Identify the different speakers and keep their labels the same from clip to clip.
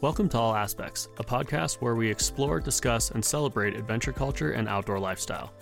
Speaker 1: Welcome to All Aspects, a podcast where we explore, discuss, and celebrate adventure culture and outdoor lifestyle.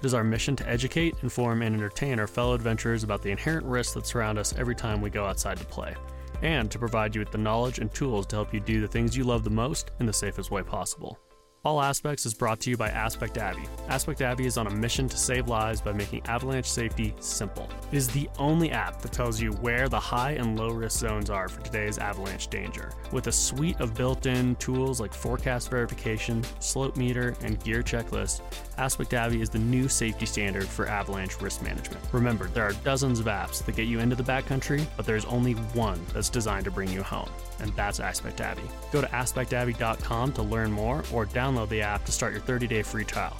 Speaker 1: It is our mission to educate, inform, and entertain our fellow adventurers about the inherent risks that surround us every time we go outside to play, and to provide you with the knowledge and tools to help you do the things you love the most in the safest way possible. All Aspects is brought to you by Aspect Abbey. Aspect Abbey is on a mission to save lives by making avalanche safety simple. It is the only app that tells you where the high and low risk zones are for today's avalanche danger, with a suite of built in tools like forecast verification, slope meter, and gear checklist. Aspect Abbey is the new safety standard for avalanche risk management. Remember, there are dozens of apps that get you into the backcountry, but there's only one that's designed to bring you home, and that's Aspect Abbey. Go to aspectabbey.com to learn more or download the app to start your 30 day free trial.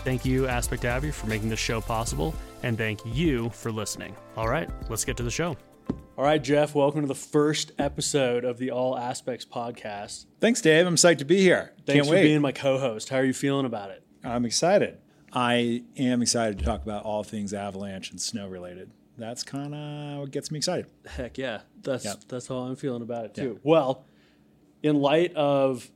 Speaker 1: Thank you, Aspect Abbey, for making this show possible, and thank you for listening. All right, let's get to the show. All right, Jeff, welcome to the first episode of the All Aspects podcast.
Speaker 2: Thanks, Dave. I'm psyched to be here.
Speaker 1: Thanks
Speaker 2: Can't
Speaker 1: for
Speaker 2: wait.
Speaker 1: being my co host. How are you feeling about it?
Speaker 2: I'm excited. I am excited to talk about all things avalanche and snow related. That's kind of what gets me excited.
Speaker 1: Heck yeah, that's
Speaker 2: Yep.
Speaker 1: that's how I'm feeling about it too. Well, in light of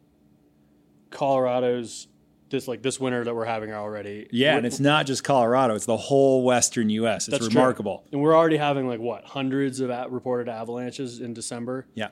Speaker 1: Colorado's this like this winter that we're having already,
Speaker 2: Yeah, and it's not just Colorado; it's the whole Western U.S. It's
Speaker 1: That's true.
Speaker 2: remarkable.
Speaker 1: and we're already having like what hundreds of at reported avalanches in December
Speaker 2: Yeah,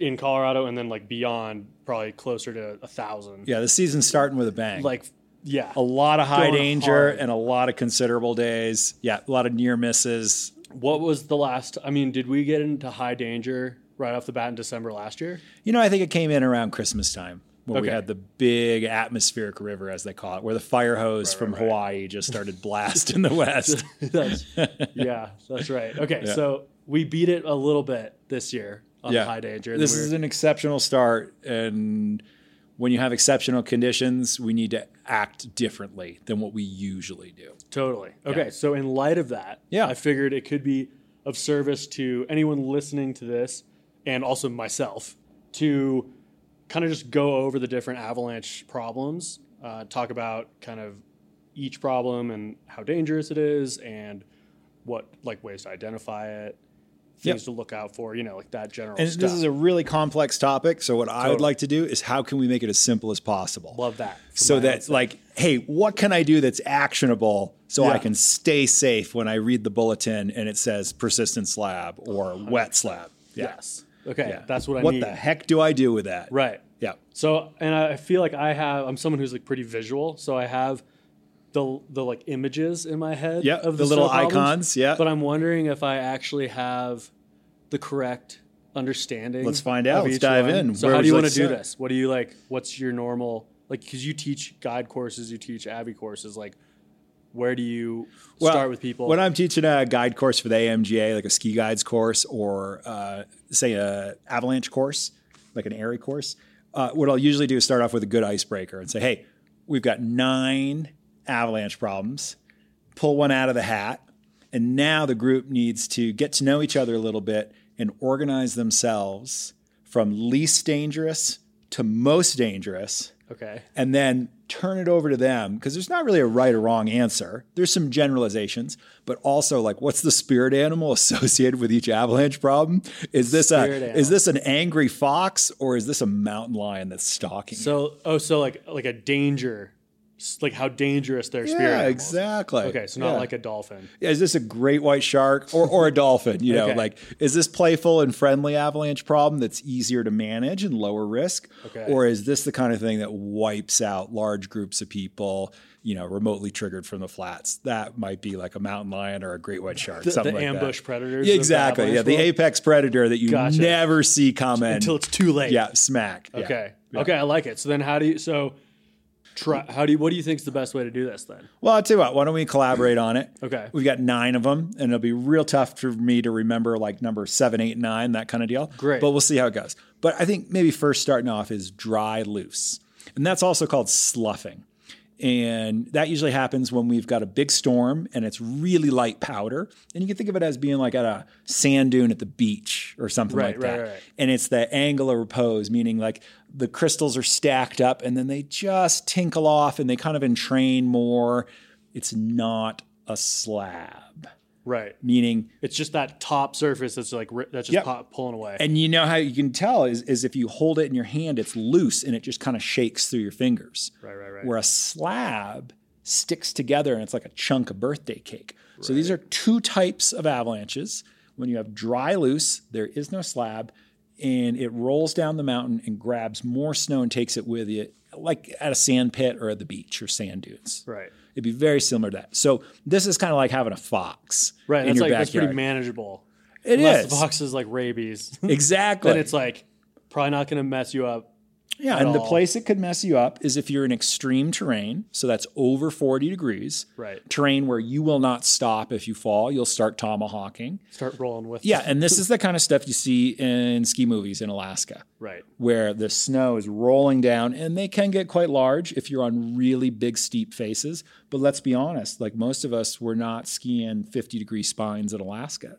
Speaker 1: in Colorado, and then like beyond, probably closer to a thousand.
Speaker 2: yeah. The season's starting with a bang.
Speaker 1: Like, yeah,
Speaker 2: a lot of high
Speaker 1: going
Speaker 2: danger
Speaker 1: hard.
Speaker 2: and a lot of considerable days. Yeah, a lot of near misses.
Speaker 1: what was the last? I mean, did we get into high danger right off the bat in December last year?
Speaker 2: You know, I think it came in around Christmas time when we
Speaker 1: Okay.
Speaker 2: had the big atmospheric river, as they call it, where the fire hose from Hawaii just started blasting the west.
Speaker 1: that's, yeah, that's right. Okay,
Speaker 2: Yeah.
Speaker 1: so we beat it a little bit this year on
Speaker 2: Yeah.
Speaker 1: high danger.
Speaker 2: This is an exceptional start, and when you have exceptional conditions, we need to act differently than what we usually do.
Speaker 1: totally okay. So in light of that,
Speaker 2: Yeah.
Speaker 1: I figured it could be of service to anyone listening to this, and also myself, to kind of just go over the different avalanche problems, uh, talk about kind of each problem and how dangerous it is, and what like ways to identify it,
Speaker 2: Yep.
Speaker 1: things to look out for, you know, like that general
Speaker 2: And
Speaker 1: stuff.
Speaker 2: this is a really complex topic. So what I would
Speaker 1: Totally.
Speaker 2: like to do is how can we make it as simple as possible?
Speaker 1: Love that. for
Speaker 2: so
Speaker 1: my own
Speaker 2: that like, hey, what can I do that's actionable so
Speaker 1: Yeah.
Speaker 2: I can stay safe when I read the bulletin and it says persistent slab or wet slab? Oh Yeah.
Speaker 1: Yes. Okay,
Speaker 2: Yeah.
Speaker 1: that's what I
Speaker 2: What
Speaker 1: need.
Speaker 2: the heck do I do with that?
Speaker 1: Right.
Speaker 2: Yeah.
Speaker 1: So, and I feel like I have. I'm someone who's like pretty visual, so I have the the like images in my head.
Speaker 2: Yeah,
Speaker 1: Of
Speaker 2: the little
Speaker 1: sub problems,
Speaker 2: icons, yeah.
Speaker 1: But I'm wondering if I actually have the correct understanding.
Speaker 2: Let's find
Speaker 1: of
Speaker 2: out. Let's
Speaker 1: each
Speaker 2: dive
Speaker 1: one.
Speaker 2: in.
Speaker 1: So,
Speaker 2: Where
Speaker 1: how
Speaker 2: would
Speaker 1: do you
Speaker 2: you
Speaker 1: want
Speaker 2: like
Speaker 1: to
Speaker 2: to
Speaker 1: do
Speaker 2: start?
Speaker 1: this? What do you like? What's your normal like? Because you teach guide courses, you teach Abbey courses, like. Where do you
Speaker 2: Well,
Speaker 1: start with people?
Speaker 2: When I'm teaching a guide course for the AMGA, like a ski guides course or uh, say a avalanche course, like an airy course, uh, what I'll usually do is start off with a good icebreaker and say, "Hey, we've got nine avalanche problems. Pull one out of the hat, and now the group needs to get to know each other a little bit and organize themselves from least dangerous to most dangerous."
Speaker 1: okay.
Speaker 2: and then turn it over to them because there's not really a right or wrong answer. There's some generalizations, but also like what's the spirit animal associated with each avalanche problem? Is this
Speaker 1: Spirit
Speaker 2: a is this an angry fox or is this a mountain lion that's stalking? you?
Speaker 1: So, oh, so like like a danger, s- like how dangerous their
Speaker 2: yeah,
Speaker 1: spirit animals.
Speaker 2: exactly.
Speaker 1: Okay, so not
Speaker 2: Yeah.
Speaker 1: like a dolphin.
Speaker 2: Yeah, is this a great white shark or, or a dolphin? You know,
Speaker 1: Okay.
Speaker 2: like is this playful and friendly avalanche problem that's easier to manage and lower risk?
Speaker 1: Okay.
Speaker 2: Or is this the kind of thing that wipes out large groups of people, you know, remotely triggered from the flats? That might be like a mountain lion or a great white shark.
Speaker 1: The,
Speaker 2: something
Speaker 1: the
Speaker 2: like that.
Speaker 1: ambush predators.
Speaker 2: Yeah,
Speaker 1: of
Speaker 2: exactly. Yeah,
Speaker 1: avalanche
Speaker 2: the
Speaker 1: world?
Speaker 2: apex predator that you
Speaker 1: Gotcha.
Speaker 2: never see comment.
Speaker 1: until it's too late.
Speaker 2: yeah, smack. Yeah.
Speaker 1: Okay. Okay, I like it. So then, how do you? So, try. How do you? What do you think is the best way to do this then?
Speaker 2: Well, I'll tell you what, why don't we collaborate on it?
Speaker 1: Okay.
Speaker 2: We've got nine of them, and it'll be real tough for me to remember like number seven, eight, nine, that kind of deal.
Speaker 1: Great.
Speaker 2: But we'll see how it goes. But I think maybe first starting off is dry loose. And that's also called sloughing. And that usually happens when we've got a big storm and it's really light powder. And you can think of it as being like at a sand dune at the beach or something
Speaker 1: Right,
Speaker 2: like
Speaker 1: right,
Speaker 2: that.
Speaker 1: right, right.
Speaker 2: And it's the angle of repose, meaning like the crystals are stacked up and then they just tinkle off and they kind of entrain more. It's not a slab.
Speaker 1: Right.
Speaker 2: meaning
Speaker 1: It's just that top surface that's like ri- that's just
Speaker 2: Yep.
Speaker 1: pop, pulling away.
Speaker 2: and you know how you can tell is, is if you hold it in your hand it's loose and it just kind of shakes through your fingers
Speaker 1: right, right, right.
Speaker 2: where a slab sticks together and it's like a chunk of birthday cake. So these are two types of avalanches. When you have dry loose, there is no slab, and it rolls down the mountain and grabs more snow and takes it with it, like at a sand pit or at the beach or sand dunes.
Speaker 1: right.
Speaker 2: It'd be very similar to that. So this is kind of like having a fox
Speaker 1: Right.
Speaker 2: in
Speaker 1: That's
Speaker 2: your
Speaker 1: like
Speaker 2: backyard.
Speaker 1: that's pretty manageable.
Speaker 2: It
Speaker 1: Unless
Speaker 2: is.
Speaker 1: the box is like rabies.
Speaker 2: exactly.
Speaker 1: then it's like probably not going to mess you up.
Speaker 2: Yeah,
Speaker 1: at
Speaker 2: and the
Speaker 1: all.
Speaker 2: place it could mess you up is if you're in extreme terrain, so that's over 40 degrees.
Speaker 1: Right.
Speaker 2: Terrain where you will not stop if you fall, you'll start tomahawking.
Speaker 1: Start rolling with.
Speaker 2: Yeah, and this is the kind of stuff you see in ski movies in Alaska
Speaker 1: Right.
Speaker 2: where the snow is rolling down and they can get quite large if you're on really big steep faces, but let's be honest, like most of us were not skiing 50 degree spines in Alaska.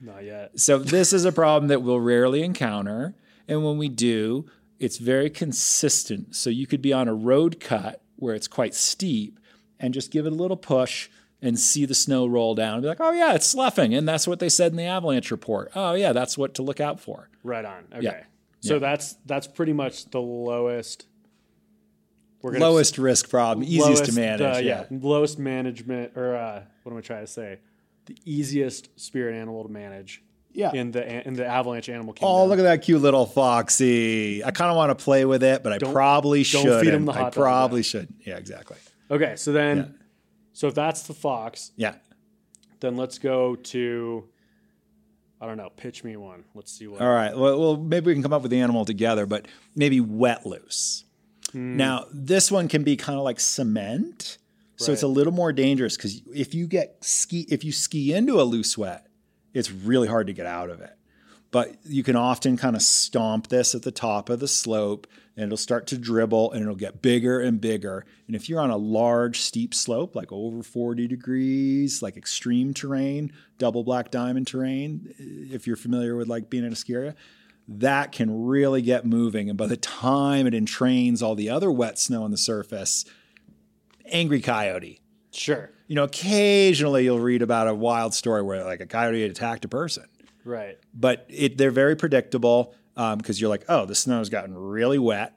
Speaker 1: Not yet.
Speaker 2: So this is a problem that we'll rarely encounter, and when we do, it's very consistent. So you could be on a road cut where it's quite steep, and just give it a little push and see the snow roll down and be like, "Oh yeah, it's sloughing," and that's what they said in the avalanche report. Oh yeah, that's what to look out for.
Speaker 1: Right on. Okay.
Speaker 2: Yeah.
Speaker 1: So that's that's pretty much the lowest. We're gonna-
Speaker 2: Lowest risk problem, easiest to
Speaker 1: lowest,
Speaker 2: manage.
Speaker 1: uh,
Speaker 2: yeah.
Speaker 1: Lowest management, or uh, what am I trying to say? The easiest spirit animal to manage.
Speaker 2: Yeah.
Speaker 1: In the in the avalanche animal kingdom.
Speaker 2: Oh, look at that cute little foxy. I kind of want to play with it, but I probably
Speaker 1: don't
Speaker 2: should.
Speaker 1: feed him the hot
Speaker 2: I
Speaker 1: dog,
Speaker 2: probably should. Yeah, exactly.
Speaker 1: Okay. So then, so if that's the fox,
Speaker 2: Yeah.
Speaker 1: then let's go to. I don't know. Pitch me one. Let's see what.
Speaker 2: All right. Well, well, maybe we can come up with the animal together, but maybe wet loose. Now, this one can be kind of like cement, so it's a
Speaker 1: Right.
Speaker 2: little more dangerous because if you get ski, if you ski into a loose wet, it's really hard to get out of it. But you can often kind of stomp this at the top of the slope, and it'll start to dribble, and it'll get bigger and bigger. And if you're on a large steep slope, like over 40 degrees, like extreme terrain, double black diamond terrain, if you're familiar with like being in a ski area, that can really get moving. And by the time it entrains all the other wet snow on the surface, angry coyote.
Speaker 1: Sure.
Speaker 2: You know, occasionally you'll read about a wild story where like a coyote had attacked a person,
Speaker 1: Right.
Speaker 2: but it, they're very predictable because you're like, oh, the snow's gotten really wet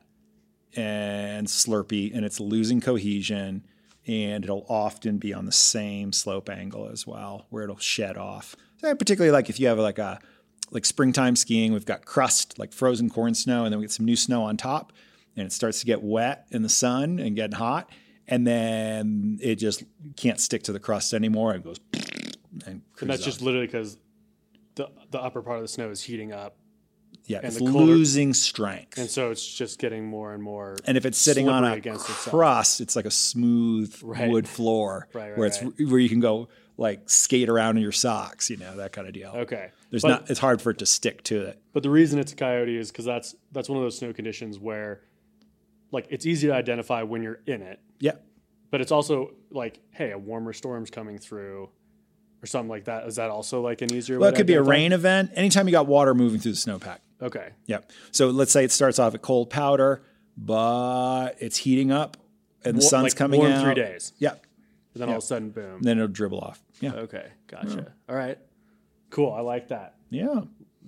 Speaker 2: and slurpy and it's losing cohesion. And it'll often be on the same slope angle as well, where it'll shed off. So particularly like if you have like a like springtime skiing, we've got crust, like frozen corn snow, and then we get some new snow on top, and it starts to get wet in the sun and getting hot, and then it just can't stick to the crust anymore. It goes and,
Speaker 1: And
Speaker 2: cruises
Speaker 1: that's just literally because the the upper part of the snow is heating up,
Speaker 2: Yeah, it's
Speaker 1: the colder-
Speaker 2: losing strength.
Speaker 1: and so it's just getting more and more.
Speaker 2: And if it's sitting on
Speaker 1: slippery
Speaker 2: a
Speaker 1: against itself.
Speaker 2: crust, it's like a smooth
Speaker 1: Right.
Speaker 2: wood floor
Speaker 1: Right, right,
Speaker 2: where it's where you can go like skate around in your socks, you know, that kind of deal.
Speaker 1: okay.
Speaker 2: There's
Speaker 1: But-
Speaker 2: not it's hard for it to stick to it.
Speaker 1: But the reason it's a coyote is because that's that's one of those snow conditions where, like, it's easy to identify when you're in it,
Speaker 2: Yeah.
Speaker 1: but it's also like, hey, a warmer storm's coming through, or something like that. Is that also like an easier?
Speaker 2: Well,
Speaker 1: way
Speaker 2: it
Speaker 1: to
Speaker 2: could be a
Speaker 1: identify?
Speaker 2: rain event. Anytime you got water moving through the snowpack.
Speaker 1: Okay,
Speaker 2: Yeah. So let's say it starts off at cold powder, but it's heating up and the
Speaker 1: Wa-
Speaker 2: sun's
Speaker 1: like
Speaker 2: coming
Speaker 1: warm
Speaker 2: out.
Speaker 1: three days,
Speaker 2: Yeah.
Speaker 1: and then all of a sudden, boom.
Speaker 2: And then it'll dribble off. Yeah.
Speaker 1: Okay, gotcha. All right, cool. I like that.
Speaker 2: Yeah.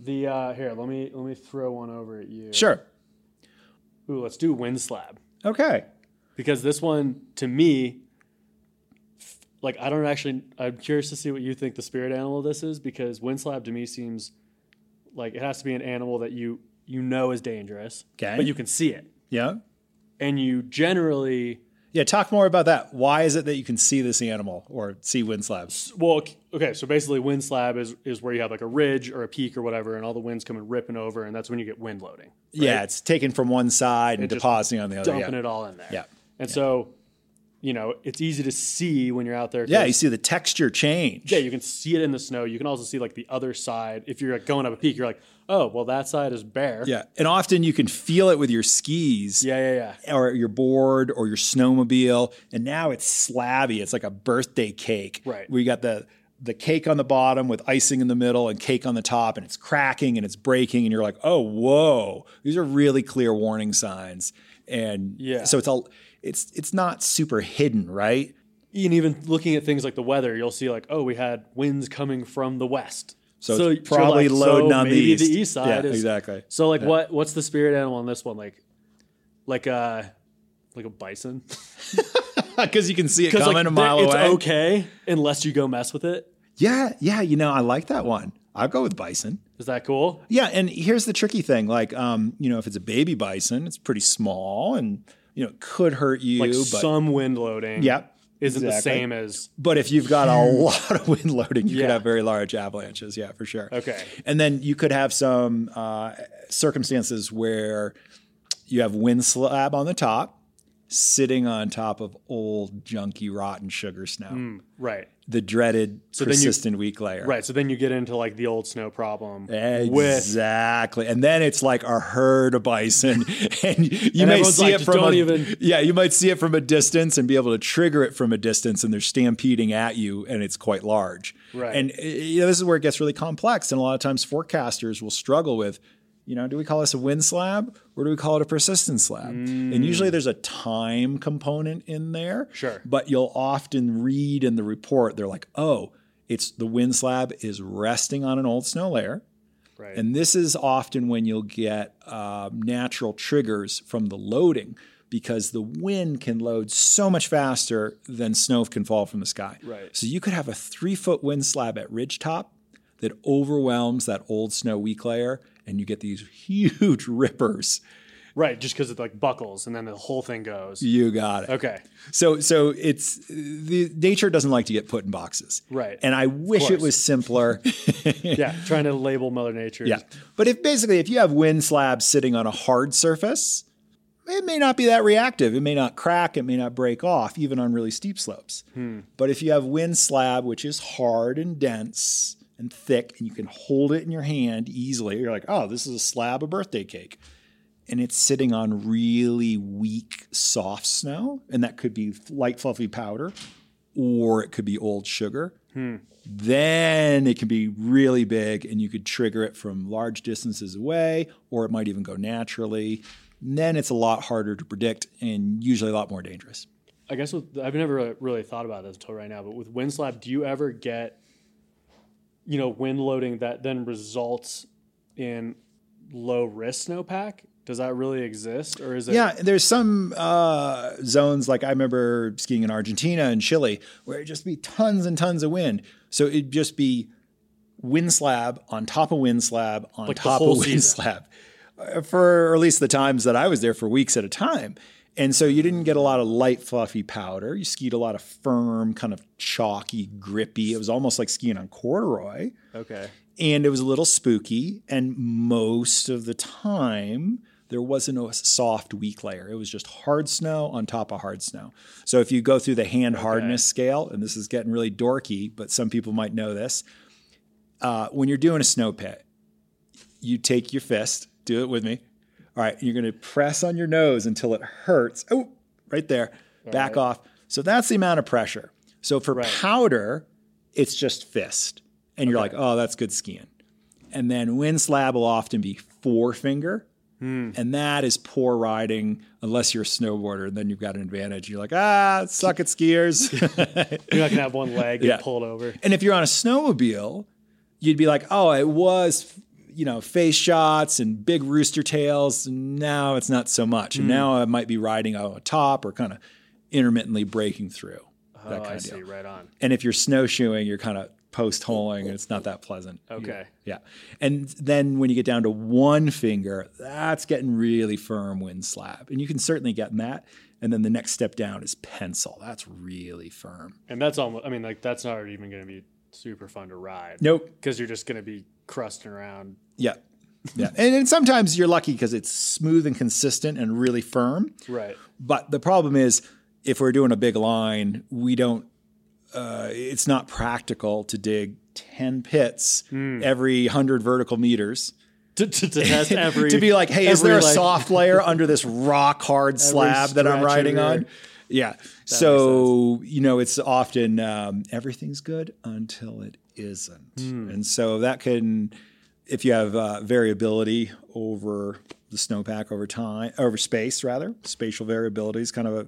Speaker 1: The uh, here, let me let me throw one over at you.
Speaker 2: Sure.
Speaker 1: Ooh, let's do wind slab.
Speaker 2: Okay.
Speaker 1: because this one to me f- like i don't actually i'm curious to see what you think the spirit animal of this is because wind slab to me seems like it has to be an animal that you you know is dangerous
Speaker 2: Okay.
Speaker 1: but you can see it
Speaker 2: Yeah.
Speaker 1: and you generally
Speaker 2: Yeah. Talk more about that. Why is it that you can see this animal or see wind slabs?
Speaker 1: well c- okay so basically wind slab is is where you have like a ridge or a peak or whatever and all the winds coming ripping over and that's when you get wind loading
Speaker 2: Yeah, it's taken from one side and
Speaker 1: just
Speaker 2: depositing on the other.
Speaker 1: dumping
Speaker 2: Yeah.
Speaker 1: it all in there
Speaker 2: Yeah.
Speaker 1: and so you know it's easy to see when you're out there 'cause
Speaker 2: yeah, you see the texture change.
Speaker 1: Yeah, you can see it in the snow. You can also see like the other side. If you're like going up a peak, you're like, oh, well, that side is bare.
Speaker 2: Yeah, and often you can feel it with your skis
Speaker 1: yeah, yeah, yeah.
Speaker 2: or your board or your snowmobile. And now it's slabby. It's like a birthday cake.
Speaker 1: Right.
Speaker 2: Where you got the the cake on the bottom with icing in the middle and cake on the top, and it's cracking and it's breaking, and you're like, oh, whoa! These are really clear warning signs. And
Speaker 1: Yeah.
Speaker 2: so it's all it's it's not super hidden, right?
Speaker 1: and even looking at things like the weather, you'll see like, oh, we had winds coming from the west.
Speaker 2: So,
Speaker 1: you're
Speaker 2: it's probably
Speaker 1: like,
Speaker 2: loading
Speaker 1: so
Speaker 2: on the
Speaker 1: maybe
Speaker 2: east.
Speaker 1: the east side
Speaker 2: yeah,
Speaker 1: is
Speaker 2: exactly.
Speaker 1: So like what what's the spirit animal in this one? Like like a like a bison.
Speaker 2: Because you can see it
Speaker 1: Because
Speaker 2: coming
Speaker 1: like
Speaker 2: a mile
Speaker 1: th- it's
Speaker 2: away.
Speaker 1: okay unless you go mess with it.
Speaker 2: Yeah, yeah. You know, I like that one. I'll go with bison.
Speaker 1: Is that cool?
Speaker 2: Yeah, and here's the tricky thing: like, um, you know, if it's a baby bison, it's pretty small, and you know, it could hurt you.
Speaker 1: Like
Speaker 2: but
Speaker 1: some wind loading
Speaker 2: yeah,
Speaker 1: isn't the
Speaker 2: exactly.
Speaker 1: same as
Speaker 2: But if you've got a lot of wind loading, you
Speaker 1: Yeah.
Speaker 2: could have very large avalanches. Yeah, for sure.
Speaker 1: Okay.
Speaker 2: And then you could have some uh, circumstances where you have wind slab on the top, sitting on top of old, junky, rotten sugar snow,
Speaker 1: right.
Speaker 2: the dreaded
Speaker 1: Hmm. then you-
Speaker 2: persistent weak layer.
Speaker 1: Right. So then you get into like the old snow problem with
Speaker 2: Exactly. And then it's like a herd of bison and you may
Speaker 1: everyone's
Speaker 2: see
Speaker 1: like,
Speaker 2: it
Speaker 1: "Just
Speaker 2: from
Speaker 1: don't
Speaker 2: a,
Speaker 1: even-"
Speaker 2: yeah, you might see it from a distance and be able to trigger it from a distance and they're stampeding at you and it's quite large.
Speaker 1: Right.
Speaker 2: And uh, you know, this is where it gets really complex and a lot of times forecasters will struggle with you know, do we call this a wind slab or do we call it a persistence slab? And usually there's a time component in there.
Speaker 1: Mm. Sure.
Speaker 2: But you'll often read in the report, they're like, oh, it's the wind slab is resting on an old snow layer.
Speaker 1: right.
Speaker 2: And this is often when you'll get uh, natural triggers from the loading because the wind can load so much faster than snow can fall from the sky.
Speaker 1: Right.
Speaker 2: So you could have a three foot wind slab at ridgetop that overwhelms that old snow weak layer, and you get these huge rippers.
Speaker 1: right, just because it like buckles and then the whole thing goes.
Speaker 2: You got it.
Speaker 1: Okay.
Speaker 2: So so it's the nature doesn't like to get put in boxes.
Speaker 1: Right.
Speaker 2: And I wish it
Speaker 1: course.
Speaker 2: was simpler.
Speaker 1: Yeah. Trying to label Mother Nature.
Speaker 2: Yeah. But if basically if you have wind slabs sitting on a hard surface, it may not be that reactive. It may not crack, it may not break off even on really steep slopes. But if you have wind slab which is hard and dense and thick and you can hold it in your hand easily, you're like, "Oh, this is a slab of birthday cake." And it's sitting on really weak, soft snow, and that could be light, fluffy powder, or it could be old sugar then it can be really big and you could trigger it from large distances away or it might even go naturally and then it's a lot harder to predict and usually a lot more dangerous
Speaker 1: I guess with, I've never really, really thought about this until right now, but with wind slab, do you ever get, you know, wind loading that then results in low risk snowpack? Does that really exist, or is it?
Speaker 2: yeah there's some uh, zones like i remember skiing in argentina and chile where it'd just be tons and tons of wind so it'd just be wind slab on top of wind slab on
Speaker 1: the
Speaker 2: top
Speaker 1: whole
Speaker 2: of wind
Speaker 1: season.
Speaker 2: slab uh, for at least the times that i was there for weeks at a time and so you didn't get a lot of light fluffy powder you skied a lot of firm kind of chalky grippy it was almost like skiing on corduroy
Speaker 1: Okay.
Speaker 2: and it was a little spooky. And most of the time, there wasn't a soft, weak layer. It was just hard snow on top of hard snow. So if you go through the hand hardness scale, and this is getting really dorky, but some people might know this, uh, when you're doing a snow pit, you take your fist, do it with me. All right, you're going to press on your nose until it hurts. Oh, right there. Back off. So that's the amount of pressure. So for powder, it's just fist. And you're like, oh, that's good skiing. And then wind slab will often be forefinger.
Speaker 1: Hmm.
Speaker 2: And that is poor riding unless you're a snowboarder and then you've got an advantage. You're like, ah, suck it, skiers.
Speaker 1: You're not gonna have one leg get
Speaker 2: Yeah.
Speaker 1: pulled over.
Speaker 2: And if you're on a snowmobile, you'd be like, oh, it was, you know, face shots and big rooster tails. Now it's not so much.
Speaker 1: Hmm.
Speaker 2: And now I might be riding on top or kind of intermittently breaking through.
Speaker 1: Oh,
Speaker 2: that
Speaker 1: I
Speaker 2: kind of
Speaker 1: see.
Speaker 2: deal.
Speaker 1: Right on.
Speaker 2: And if you're snowshoeing, you're kind of post
Speaker 1: Oh,
Speaker 2: holing and it's not that pleasant.
Speaker 1: Okay.
Speaker 2: Yeah. And then when you get down to one finger, that's getting really firm wind slab. And you can certainly get that. And then the next step down is pencil. That's really firm.
Speaker 1: And that's almost. I mean, like that's not even gonna be super fun to ride.
Speaker 2: Nope.
Speaker 1: Because you're just gonna be crusting around.
Speaker 2: Yeah. Yeah. and, and sometimes you're lucky because it's smooth and consistent and really firm.
Speaker 1: Right.
Speaker 2: But the problem is, if we're doing a big line, we don't, uh, it's not practical to dig 10 pits every 100 vertical meters.
Speaker 1: To, to, to test every.
Speaker 2: to be like, hey, is
Speaker 1: every,
Speaker 2: there a
Speaker 1: like-
Speaker 2: soft layer under this rock hard slab that I'm
Speaker 1: stretch
Speaker 2: riding
Speaker 1: of your-
Speaker 2: on? Yeah. so, you know, it's often um, everything's good until it isn't.
Speaker 1: Hmm.
Speaker 2: And so that can, if you have uh, variability over the snowpack over time, over space, rather, spatial variability is kind of a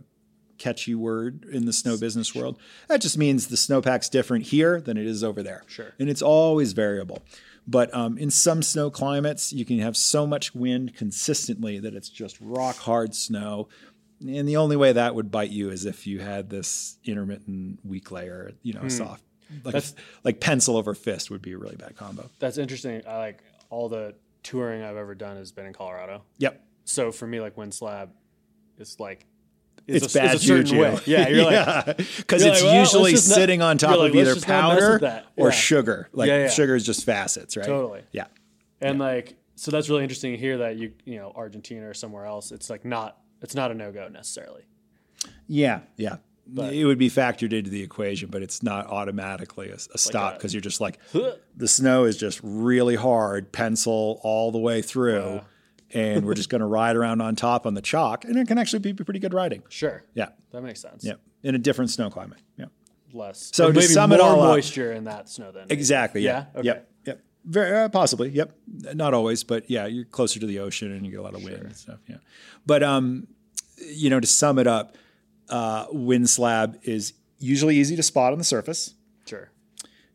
Speaker 2: catchy word in the snow business world. That just means the snowpack's different here than it is over there.
Speaker 1: Sure.
Speaker 2: And it's always variable. But um, in some snow climates, you can have so much wind consistently that it's just rock hard snow. And the only way that would bite you is if you had this intermittent weak layer, you know, soft. Like, a- like pencil over fist would be a really bad combo.
Speaker 1: That's interesting. I like all the touring I've ever done has been in Colorado.
Speaker 2: Yep.
Speaker 1: So for me, like wind slab, is like
Speaker 2: It's,
Speaker 1: a-
Speaker 2: bad
Speaker 1: a certain
Speaker 2: juju.
Speaker 1: way. Yeah, you're like
Speaker 2: because it's
Speaker 1: you're like, well, let's
Speaker 2: usually
Speaker 1: just not-
Speaker 2: sitting on top
Speaker 1: you're like,
Speaker 2: of
Speaker 1: let's
Speaker 2: either
Speaker 1: just not mess
Speaker 2: powder
Speaker 1: with that.
Speaker 2: or
Speaker 1: Yeah.
Speaker 2: sugar. Like
Speaker 1: Yeah, yeah.
Speaker 2: sugar is just facets, right?
Speaker 1: Totally.
Speaker 2: Yeah.
Speaker 1: and like so that's really interesting to hear that you you know Argentina or somewhere else, it's like not it's not a no go necessarily.
Speaker 2: Yeah. Yeah. it would be factored into the equation, but it's not automatically a, a stop
Speaker 1: a-
Speaker 2: because you're just like
Speaker 1: Huh.
Speaker 2: the snow is just really hard, pencil all the way through, and we're just going to ride around on top on the chalk, and it can actually be pretty good riding.
Speaker 1: Sure,
Speaker 2: Yeah,
Speaker 1: that makes sense.
Speaker 2: yeah, in a different snow climate. Yeah,
Speaker 1: Less.
Speaker 2: So
Speaker 1: But
Speaker 2: to
Speaker 1: maybe
Speaker 2: sum
Speaker 1: more
Speaker 2: it all up-
Speaker 1: moisture in that snow then. maybe.
Speaker 2: exactly. Yeah,
Speaker 1: Yeah? Okay.
Speaker 2: yep, yep. Very, uh, possibly, yep. Not always, but yeah, you're closer to the ocean and you get a lot of wind and stuff. Yeah, but um, you know, to sum it up, uh, wind slab is usually easy to spot on the surface.
Speaker 1: Sure.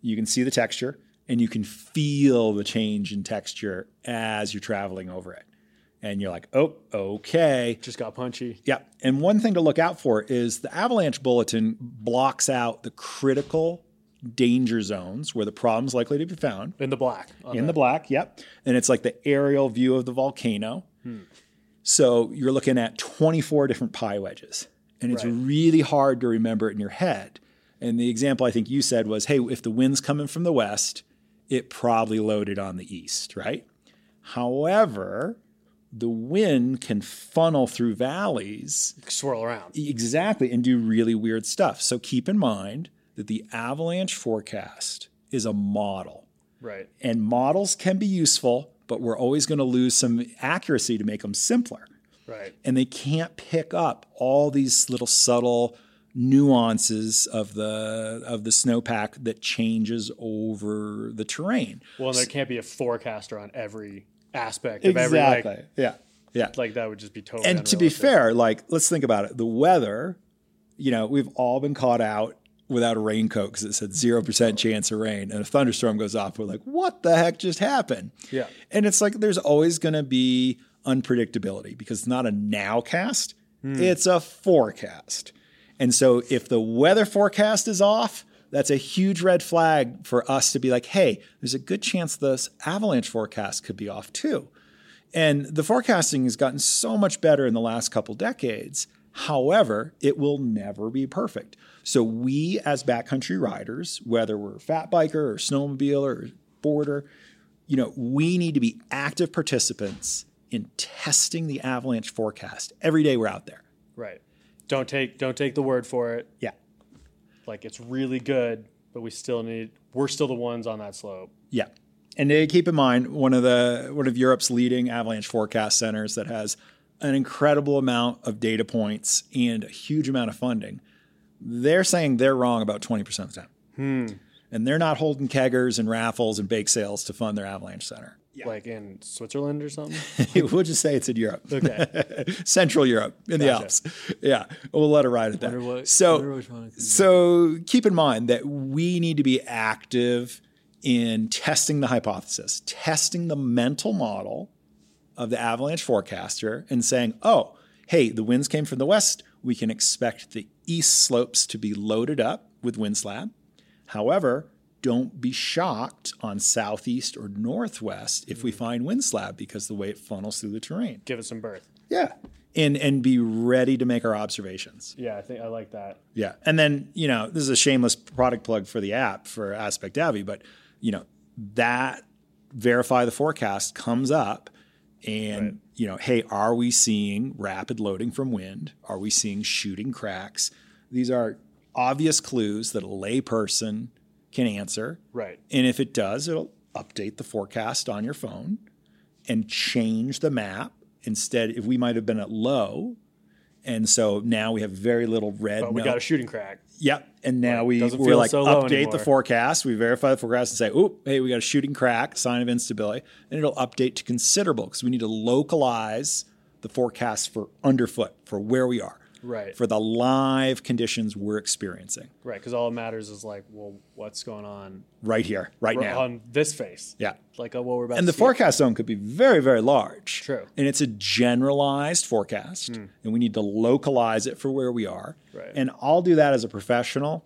Speaker 2: you can see the texture and you can feel the change in texture as you're traveling over it and you're like oh okay
Speaker 1: Just got punchy.
Speaker 2: yeah and one thing to look out for is the avalanche bulletin blocks out the critical danger zones where the problem's likely to be found
Speaker 1: In the black. on
Speaker 2: in the black yep and it's like the aerial view of the volcano so you're looking at 24 different pie wedges and it's
Speaker 1: Right.
Speaker 2: really hard to remember it in your head and the example i think you said was hey if the wind's coming from the west it probably loaded on the east right however the wind can funnel through valleys
Speaker 1: swirl around.
Speaker 2: Exactly, and do really weird stuff. So keep in mind that the avalanche forecast is a model,
Speaker 1: Right.
Speaker 2: and models can be useful, but we're always going to lose some accuracy to make them simpler.
Speaker 1: Right.
Speaker 2: And they can't pick up all these little subtle nuances of the of the snowpack that changes over the terrain.
Speaker 1: Well, and there can't be a forecaster on every aspect of every like,
Speaker 2: yeah. Yeah.
Speaker 1: like that would just be totally.
Speaker 2: and to be
Speaker 1: unrealistic.
Speaker 2: fair, like let's think about it. The weather, you know, we've all been caught out without a raincoat because it said zero percent chance of rain, and a thunderstorm goes off. We're like, what the heck just happened?
Speaker 1: Yeah.
Speaker 2: and it's like there's always going to be unpredictability because it's not a nowcast,
Speaker 1: Hmm.
Speaker 2: it's a forecast. And so if the weather forecast is off, that's a huge red flag for us to be like, hey, there's a good chance this avalanche forecast could be off too. And the forecasting has gotten so much better in the last couple decades. However, it will never be perfect. So, we as backcountry riders, whether we're fat biker or snowmobiler or boarder, you know, we need to be active participants in testing the avalanche forecast every day we're out there.
Speaker 1: Right. Don't take don't take the word for it.
Speaker 2: Yeah.
Speaker 1: Like it's really good, but we still need we're still the ones on that slope.
Speaker 2: Yeah. And uh, keep in mind, one of the one of Europe's leading avalanche forecast centers that has an incredible amount of data points and a huge amount of funding, they're saying they're wrong about 20% of the time. And they're not holding keggers and raffles and bake sales to fund their avalanche center.
Speaker 1: Like in Switzerland or something.
Speaker 2: we'll just say it's in Europe.
Speaker 1: Okay.
Speaker 2: Central Europe in the Alps. Yeah, we'll let it ride at that.
Speaker 1: what-
Speaker 2: so, so keep in mind that we need to be active in testing the hypothesis, testing the mental model of the avalanche forecaster, and saying, "Oh, hey, the winds came from the west. We can expect the east slopes to be loaded up with wind slab. However." Don't be shocked on southeast or northwest if we find wind slab because the way it funnels through the terrain.
Speaker 1: Give it some birth.
Speaker 2: Yeah. And and be ready to make our observations.
Speaker 1: Yeah, I think I like that.
Speaker 2: Yeah. And then, you know, this is a shameless product plug for the app for Aspect Avi, but you know, that verify the forecast comes up and you know, hey, are we seeing rapid loading from wind? Are we seeing shooting cracks? These are obvious clues that a layperson can answer.
Speaker 1: Right.
Speaker 2: And if it does, it'll update the forecast on your phone and change the map. Instead, if we might have been at low, and so now we have very little red.
Speaker 1: But we
Speaker 2: no-
Speaker 1: got a shooting crack.
Speaker 2: Yep. And now we
Speaker 1: doesn't
Speaker 2: we're
Speaker 1: feel
Speaker 2: like
Speaker 1: so low
Speaker 2: update the
Speaker 1: anymore.
Speaker 2: forecast. We verify the forecast and say, "Oop, hey, we got a shooting crack, sign of instability," and it'll update to considerable because we need to localize the forecast for underfoot for where we are.
Speaker 1: Right.
Speaker 2: for the live conditions we're experiencing
Speaker 1: Right. Because all that matters is like, well, what's going on
Speaker 2: right here, right
Speaker 1: We're
Speaker 2: now.
Speaker 1: on this face?
Speaker 2: yeah.
Speaker 1: Like, oh, well, we're about
Speaker 2: And
Speaker 1: to
Speaker 2: the
Speaker 1: see it.
Speaker 2: forecast zone could be very, very large.
Speaker 1: True. Hmm.
Speaker 2: And it's a generalized forecast, and we need to localize it for where we are.
Speaker 1: Right.
Speaker 2: And I'll do that as a professional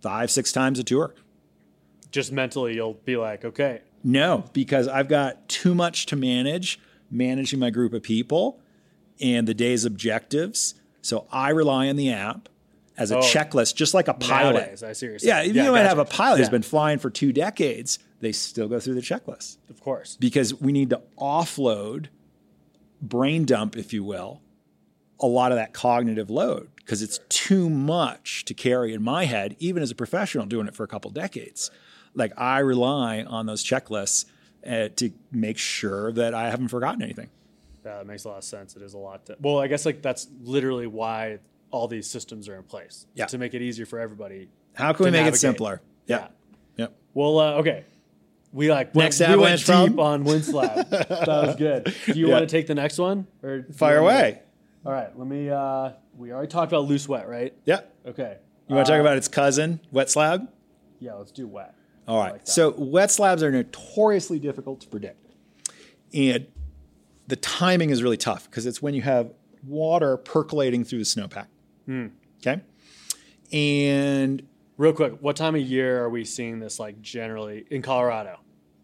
Speaker 2: five, six times a tour.
Speaker 1: Just mentally, you'll be like, okay,
Speaker 2: No, because I've got too much to manage, managing my group of people and the day's objectives. So I rely on the app as a
Speaker 1: Oh.
Speaker 2: checklist, just like a pilot.
Speaker 1: nowadays, I see what you're
Speaker 2: Yeah,
Speaker 1: saying.
Speaker 2: you might
Speaker 1: gotcha.
Speaker 2: have a pilot who's
Speaker 1: Yeah,
Speaker 2: been flying for two decades, they still go through the checklist
Speaker 1: Of course.
Speaker 2: because we need to offload, brain dump, if you will, a lot of that cognitive load because it's too much to carry in my head, even as a professional doing it for a couple decades. Like I rely on those checklists uh, to make sure that I haven't forgotten anything.
Speaker 1: Yeah, that makes a lot of sense. Uh, It is a lot. To, well, I guess like that's literally why all these systems are in place.
Speaker 2: Yeah.
Speaker 1: To make it easier for everybody.
Speaker 2: How can
Speaker 1: To
Speaker 2: we make
Speaker 1: navigate.
Speaker 2: it simpler? Yeah. yeah.
Speaker 1: Well, uh, okay. We like went-
Speaker 2: Next
Speaker 1: we went
Speaker 2: Avalanche
Speaker 1: deep
Speaker 2: team.
Speaker 1: on Winslab. that was good. Do you
Speaker 2: Yeah.
Speaker 1: want to take the next one or do you
Speaker 2: Fire
Speaker 1: wanna-
Speaker 2: away.
Speaker 1: All right. Let me. Uh, we already talked about loose wet, right?
Speaker 2: Yeah.
Speaker 1: Okay.
Speaker 2: You want to
Speaker 1: Uh,
Speaker 2: talk about its cousin, wet slab?
Speaker 1: Yeah. Let's do wet.
Speaker 2: All right.
Speaker 1: like that.
Speaker 2: so wet slabs are notoriously difficult to predict. And the timing is really tough because it's when you have water percolating through the snowpack.
Speaker 1: Hmm.
Speaker 2: Okay. And
Speaker 1: Real quick, what time of year are we seeing this? Like generally in Colorado.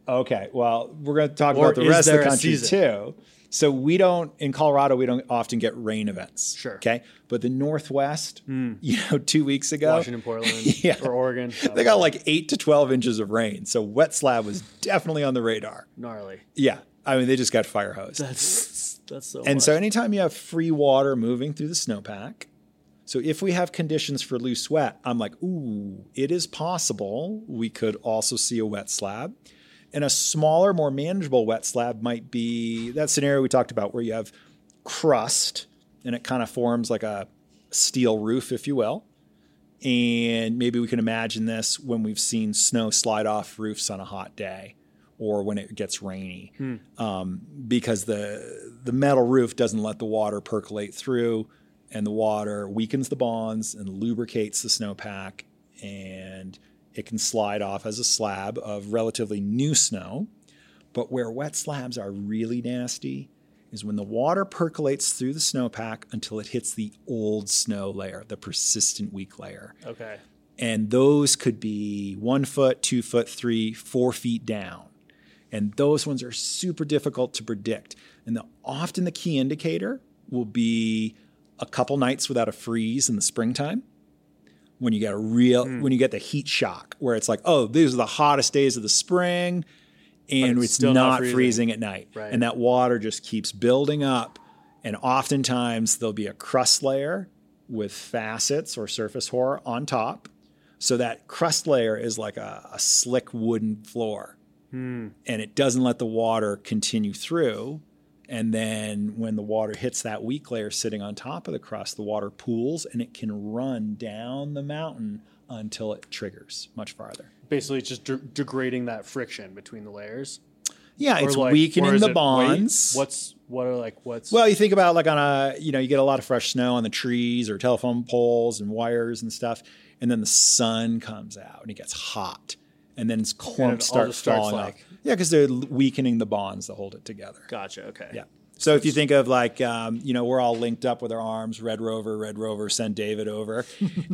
Speaker 2: okay, well, we're going to talk
Speaker 1: Or
Speaker 2: about the
Speaker 1: is
Speaker 2: rest of
Speaker 1: there
Speaker 2: the
Speaker 1: a
Speaker 2: country
Speaker 1: season?
Speaker 2: too. So we don't in Colorado we don't often get rain events.
Speaker 1: Sure. Hmm.
Speaker 2: Okay. But the Northwest, you know, two weeks ago,
Speaker 1: Washington, Portland,
Speaker 2: Oh. Yeah.
Speaker 1: or Oregon. Oh,
Speaker 2: they got like eight to twelve inches of rain. So wet slab was definitely on the radar.
Speaker 1: gnarly.
Speaker 2: Yeah. I mean, they just got fire hosed.
Speaker 1: That's that's so.
Speaker 2: And
Speaker 1: much.
Speaker 2: so, anytime you have free water moving through the snowpack, so if we have conditions for loose wet, I'm like, ooh, it is possible we could also see a wet slab. And a smaller, more manageable wet slab might be that scenario we talked about where you have crust and it kind of forms like a steel roof, if you will. And maybe we can imagine this when we've seen snow slide off roofs on a hot day or when it gets rainy um, because the, the metal roof doesn't let the water percolate through and the water weakens the bonds and lubricates the snowpack and it can slide off as a slab of relatively new snow. But where wet slabs are really nasty is when the water percolates through the snowpack until it hits the old snow layer, the persistent weak layer.
Speaker 1: okay.
Speaker 2: And those could be one foot, two foot, three, four feet down. And those ones are super difficult to predict. And the, often the key indicator will be a couple nights without a freeze in the springtime when you get a real
Speaker 1: Hmm.
Speaker 2: when you get the heat shock where it's like oh these are the hottest days of the spring and
Speaker 1: it's
Speaker 2: it's,
Speaker 1: still
Speaker 2: not,
Speaker 1: not freezing.
Speaker 2: freezing. at night
Speaker 1: Right.
Speaker 2: and that water just keeps building up and oftentimes there'll be a crust layer with facets or surface hoar on top so that crust layer is like a, a slick wooden floor
Speaker 1: Hmm.
Speaker 2: and it doesn't let the water continue through. And then when the water hits that weak layer sitting on top of the crust, the water pools and it can run down the mountain until it triggers much farther.
Speaker 1: Basically, it's just de- degrading that friction between the layers.
Speaker 2: Yeah,
Speaker 1: Or,
Speaker 2: it's
Speaker 1: like- or
Speaker 2: weakening
Speaker 1: is
Speaker 2: the
Speaker 1: it weight?
Speaker 2: bonds.
Speaker 1: What's what are like what's
Speaker 2: well, you think about like on a, you know, you get a lot of fresh snow on the trees or telephone poles and wires and stuff. And then the sun comes out and it gets hot. And then its clumps
Speaker 1: all
Speaker 2: start
Speaker 1: just starts,
Speaker 2: falling off.
Speaker 1: like-
Speaker 2: Yeah, because they're weakening the bonds that hold it together.
Speaker 1: gotcha? Okay,
Speaker 2: Yeah. So if you think of like, um, you know, we're all linked up with our arms, Red Rover, Red Rover, send David over.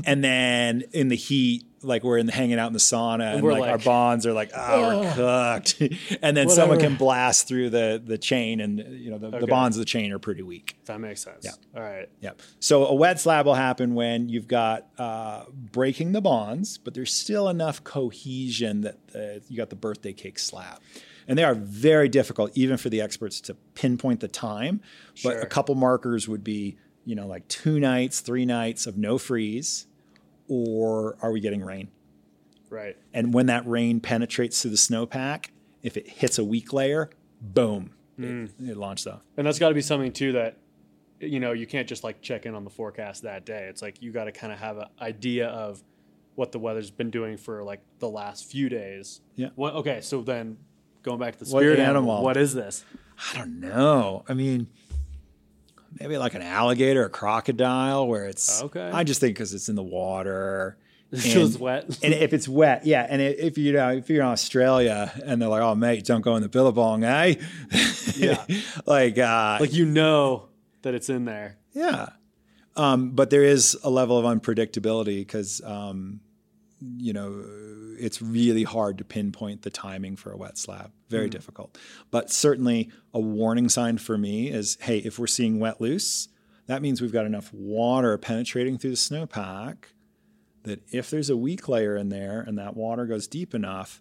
Speaker 2: and then in the heat, like we're in hanging out in the sauna and
Speaker 1: we're
Speaker 2: like, our
Speaker 1: like,
Speaker 2: bonds are like, oh, we're cooked. and then someone
Speaker 1: Whatever.
Speaker 2: can blast through the, the chain and, you know, the, the
Speaker 1: Okay.
Speaker 2: bonds of the chain are pretty weak.
Speaker 1: that makes sense. All right,
Speaker 2: Yep. So a wet slab will happen when you've got uh, breaking the bonds, but there's still enough cohesion that uh, you got the birthday cake slab. And they are very difficult, even for the experts, to pinpoint the time. But
Speaker 1: Sure.
Speaker 2: a couple markers would be, you know, like two nights, three nights of no freeze, or are we getting rain?
Speaker 1: right.
Speaker 2: And when that rain penetrates through the snowpack, if it hits a weak layer, boom, it, it launched off.
Speaker 1: And that's got to be something too that you know you can't just like check in on the forecast that day. It's like you got to kind of have an idea of what the weather's been doing for like the last few days.
Speaker 2: Yeah.
Speaker 1: What? Okay, so then going back to the
Speaker 2: What
Speaker 1: spirit animal,
Speaker 2: animal?
Speaker 1: what is this?
Speaker 2: I don't know. I mean, maybe like an alligator or crocodile where it's
Speaker 1: Okay.
Speaker 2: I just think because it's in the water.
Speaker 1: It
Speaker 2: and-
Speaker 1: feels wet.
Speaker 2: and if it's wet, yeah. And i- if you know, if you're in Australia and they're like, "Oh, mate, don't go in the billabong," eh?
Speaker 1: Yeah.
Speaker 2: like, uh,
Speaker 1: like you know that it's in there.
Speaker 2: yeah. Um, but there is a level of unpredictability because, um, you know, it's really hard to pinpoint the timing for a wet slab. Very difficult. But certainly a warning sign for me is hey, if we're seeing wet loose, that means we've got enough water penetrating through the snowpack that if there's a weak layer in there and that water goes deep enough,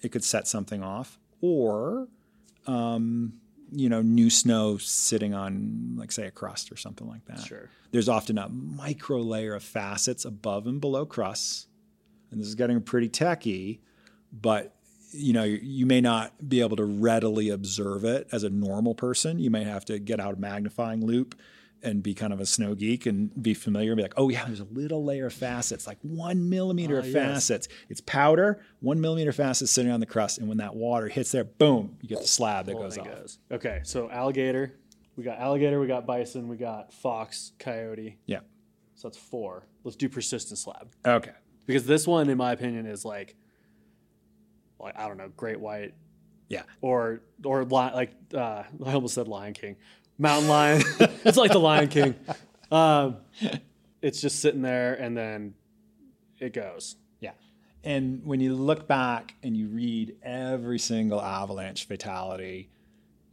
Speaker 2: it could set something off. Or you know, new snow sitting on, like, say, a crust or something like that.
Speaker 1: Sure.
Speaker 2: There's often a micro layer of facets above and below crusts. And this is getting pretty techy, but you know, you- you may not be able to readily observe it as a normal person. You may have to get out a magnifying loop and be kind of a snow geek and be familiar and be like, oh, yeah, there's a little layer of facets, like one millimeter
Speaker 1: Ah,
Speaker 2: of
Speaker 1: yes.
Speaker 2: facets. It's powder, one millimeter facet sitting on the crust. And when that water hits there, boom, you get the slab that
Speaker 1: Well,
Speaker 2: goes
Speaker 1: it
Speaker 2: off.
Speaker 1: goes. Okay, so alligator. We got alligator, we got bison, we got fox, coyote.
Speaker 2: Yeah.
Speaker 1: So that's four. Let's do persistent slab.
Speaker 2: Okay.
Speaker 1: Because this one, in my opinion, is like, like I don't know, great white.
Speaker 2: Yeah.
Speaker 1: Or or li- like uh, I almost said Lion King, mountain lion. it's like the Lion King. Um, it's just sitting there, and then it goes.
Speaker 2: Yeah. And when you look back and you read every single avalanche fatality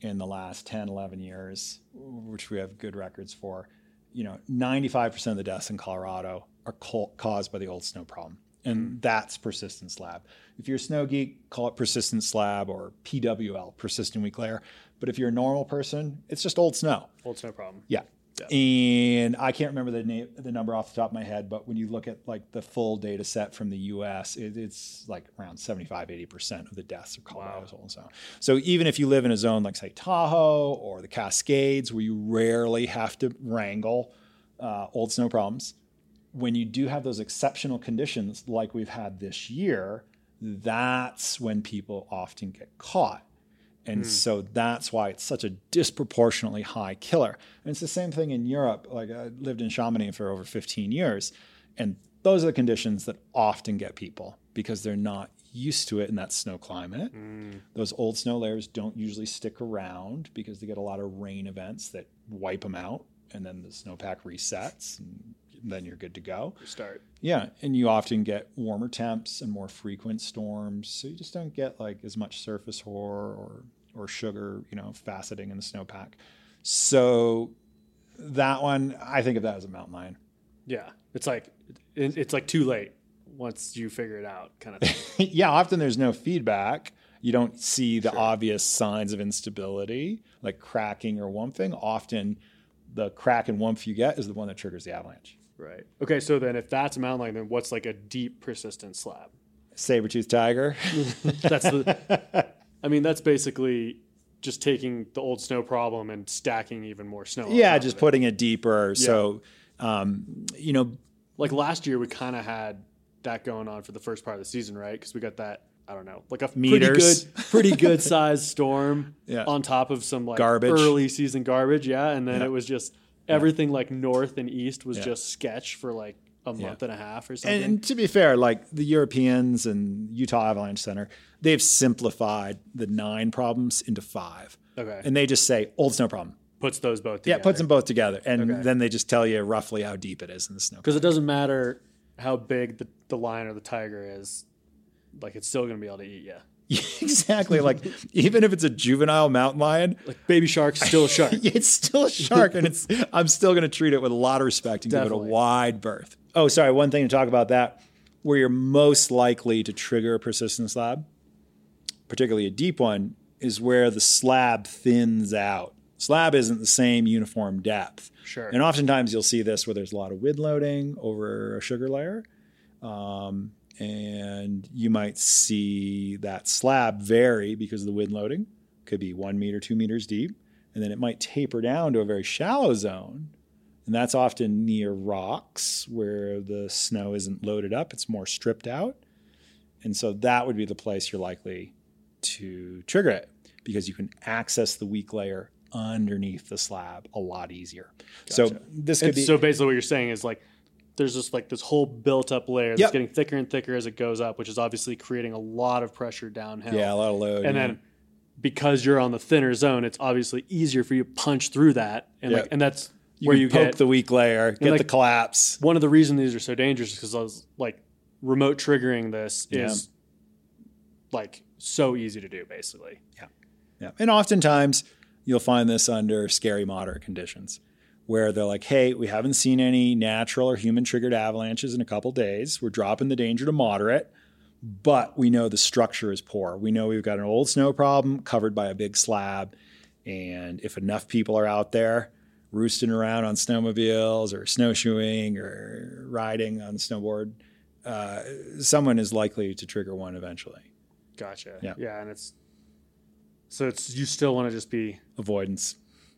Speaker 2: in the last 10, 11 years, which we have good records for, you know, 95% of the deaths in Colorado are co- caused by the old snow problem. And that's persistent slab. If you're a snow geek, call it persistent slab or PWL, persistent weak layer. But if you're a normal person, it's just old snow.
Speaker 1: Well, it's no problem.
Speaker 2: Yeah. And I can't remember the name, the number off the top of my head, but when you look at like the full data set from the U.S., it, it's like around 75, 80 percent of the deaths are Colorado and so on. So even if you live in a zone like say Tahoe or the Cascades, where you rarely have to wrangle uh, old snow problems, when you do have those exceptional conditions like we've had this year, that's when people often get caught. And so that's why it's such a disproportionately high killer. And it's the same thing in Europe. Like I lived in Chamonix for over 15 years, and those are the conditions that often get people because they're not used to it in that snow climate. Those old snow layers don't usually stick around because they get a lot of rain events that wipe them out, and then the snowpack resets, and then you're good to go.
Speaker 1: We start.
Speaker 2: Yeah, and you often get warmer temps and more frequent storms, so you just don't get like as much surface hoar or or sugar, you know, faceting in the snowpack. So that one, I think of that as a mountain lion.
Speaker 1: Yeah, it's like it, it's like too late once you figure it out, kind of. thing.
Speaker 2: yeah, often there's no feedback. You don't see the obvious signs of instability, like cracking or wumping. Often, the crack and wump you get is the one that triggers the avalanche.
Speaker 1: Right. Okay, so then if that's a mountain lion, then what's like a deep persistent slab?
Speaker 2: Saber-toothed tiger.
Speaker 1: That's the I mean, that's basically just taking the old snow problem and stacking even more snow. on top
Speaker 2: yeah,
Speaker 1: of
Speaker 2: just
Speaker 1: it.
Speaker 2: putting it deeper. So, um, you know,
Speaker 1: like last year we kind of had that going on for the first part of the season, right? Because we got that I don't know, like a
Speaker 2: Meters.
Speaker 1: pretty good, pretty good sized storm
Speaker 2: Yeah.
Speaker 1: on top of some like
Speaker 2: Garbage.
Speaker 1: early season garbage, yeah. And then
Speaker 2: Yeah.
Speaker 1: it was just everything like north and east was
Speaker 2: Yeah.
Speaker 1: just sketch for like a month and a half or something.
Speaker 2: and, and to be fair, like the Europeans and Utah Avalanche Center, they've simplified the nine problems into five.
Speaker 1: okay,
Speaker 2: And they just say old snow problem.
Speaker 1: puts those both
Speaker 2: Yeah,
Speaker 1: together.
Speaker 2: puts them both together. And
Speaker 1: Okay.
Speaker 2: then they just tell you roughly how deep it is in the snow.
Speaker 1: Because it doesn't matter how big the, the lion or the tiger is, like it's still gonna be able to eat you.
Speaker 2: exactly. Like even if it's a juvenile mountain lion,
Speaker 1: Like baby shark's still a shark.
Speaker 2: it's still a shark and it's I'm still going to treat it with a lot of respect and give
Speaker 1: Definitely.
Speaker 2: it a wide berth. Oh, sorry, one thing to talk about that where you're most likely to trigger a persistent slab, particularly a deep one, is where the slab thins out. Slab isn't the same uniform depth.
Speaker 1: Sure.
Speaker 2: And oftentimes you'll see this where there's a lot of wind loading over a sugar layer. Um, and you might see that slab vary because of the wind loading. Could be one meter, two meters deep. And then it might taper down to a very shallow zone. And that's often near rocks where the snow isn't loaded up, it's more stripped out. And so that would be the place you're likely to trigger it because you can access the weak layer underneath the slab a lot easier. So
Speaker 3: Gotcha.
Speaker 2: this could
Speaker 1: And
Speaker 2: be
Speaker 1: so basically, what you're saying is like there's just like this whole built up layer that's
Speaker 2: Yep.
Speaker 1: getting thicker and thicker as it goes up, which is obviously creating a lot of pressure downhill.
Speaker 2: yeah, a lot of load.
Speaker 1: and
Speaker 2: yeah.
Speaker 1: then because you're on the thinner zone, it's obviously easier for you to punch through that, and like
Speaker 2: Yep.
Speaker 1: and that's
Speaker 2: you
Speaker 1: where
Speaker 2: can
Speaker 1: you
Speaker 2: poke
Speaker 1: get
Speaker 2: the weak layer, get the
Speaker 1: like-
Speaker 2: collapse.
Speaker 1: one of the reasons these are so dangerous is because I was like remote triggering this is like so easy to do basically.
Speaker 2: Yeah. And oftentimes you'll find this under scary moderate conditions where they're like, hey, we haven't seen any natural or human triggered avalanches in a couple days. We're dropping the danger to moderate, but we know the structure is poor. We know we've got an old snow problem covered by a big slab. And if enough people are out there roosting around on snowmobiles or snowshoeing or riding on snowboard, uh, someone is likely to trigger one eventually.
Speaker 1: Gotcha.
Speaker 2: Yeah.
Speaker 1: Yeah, and it's so it's you still want to just be
Speaker 2: Avoidance.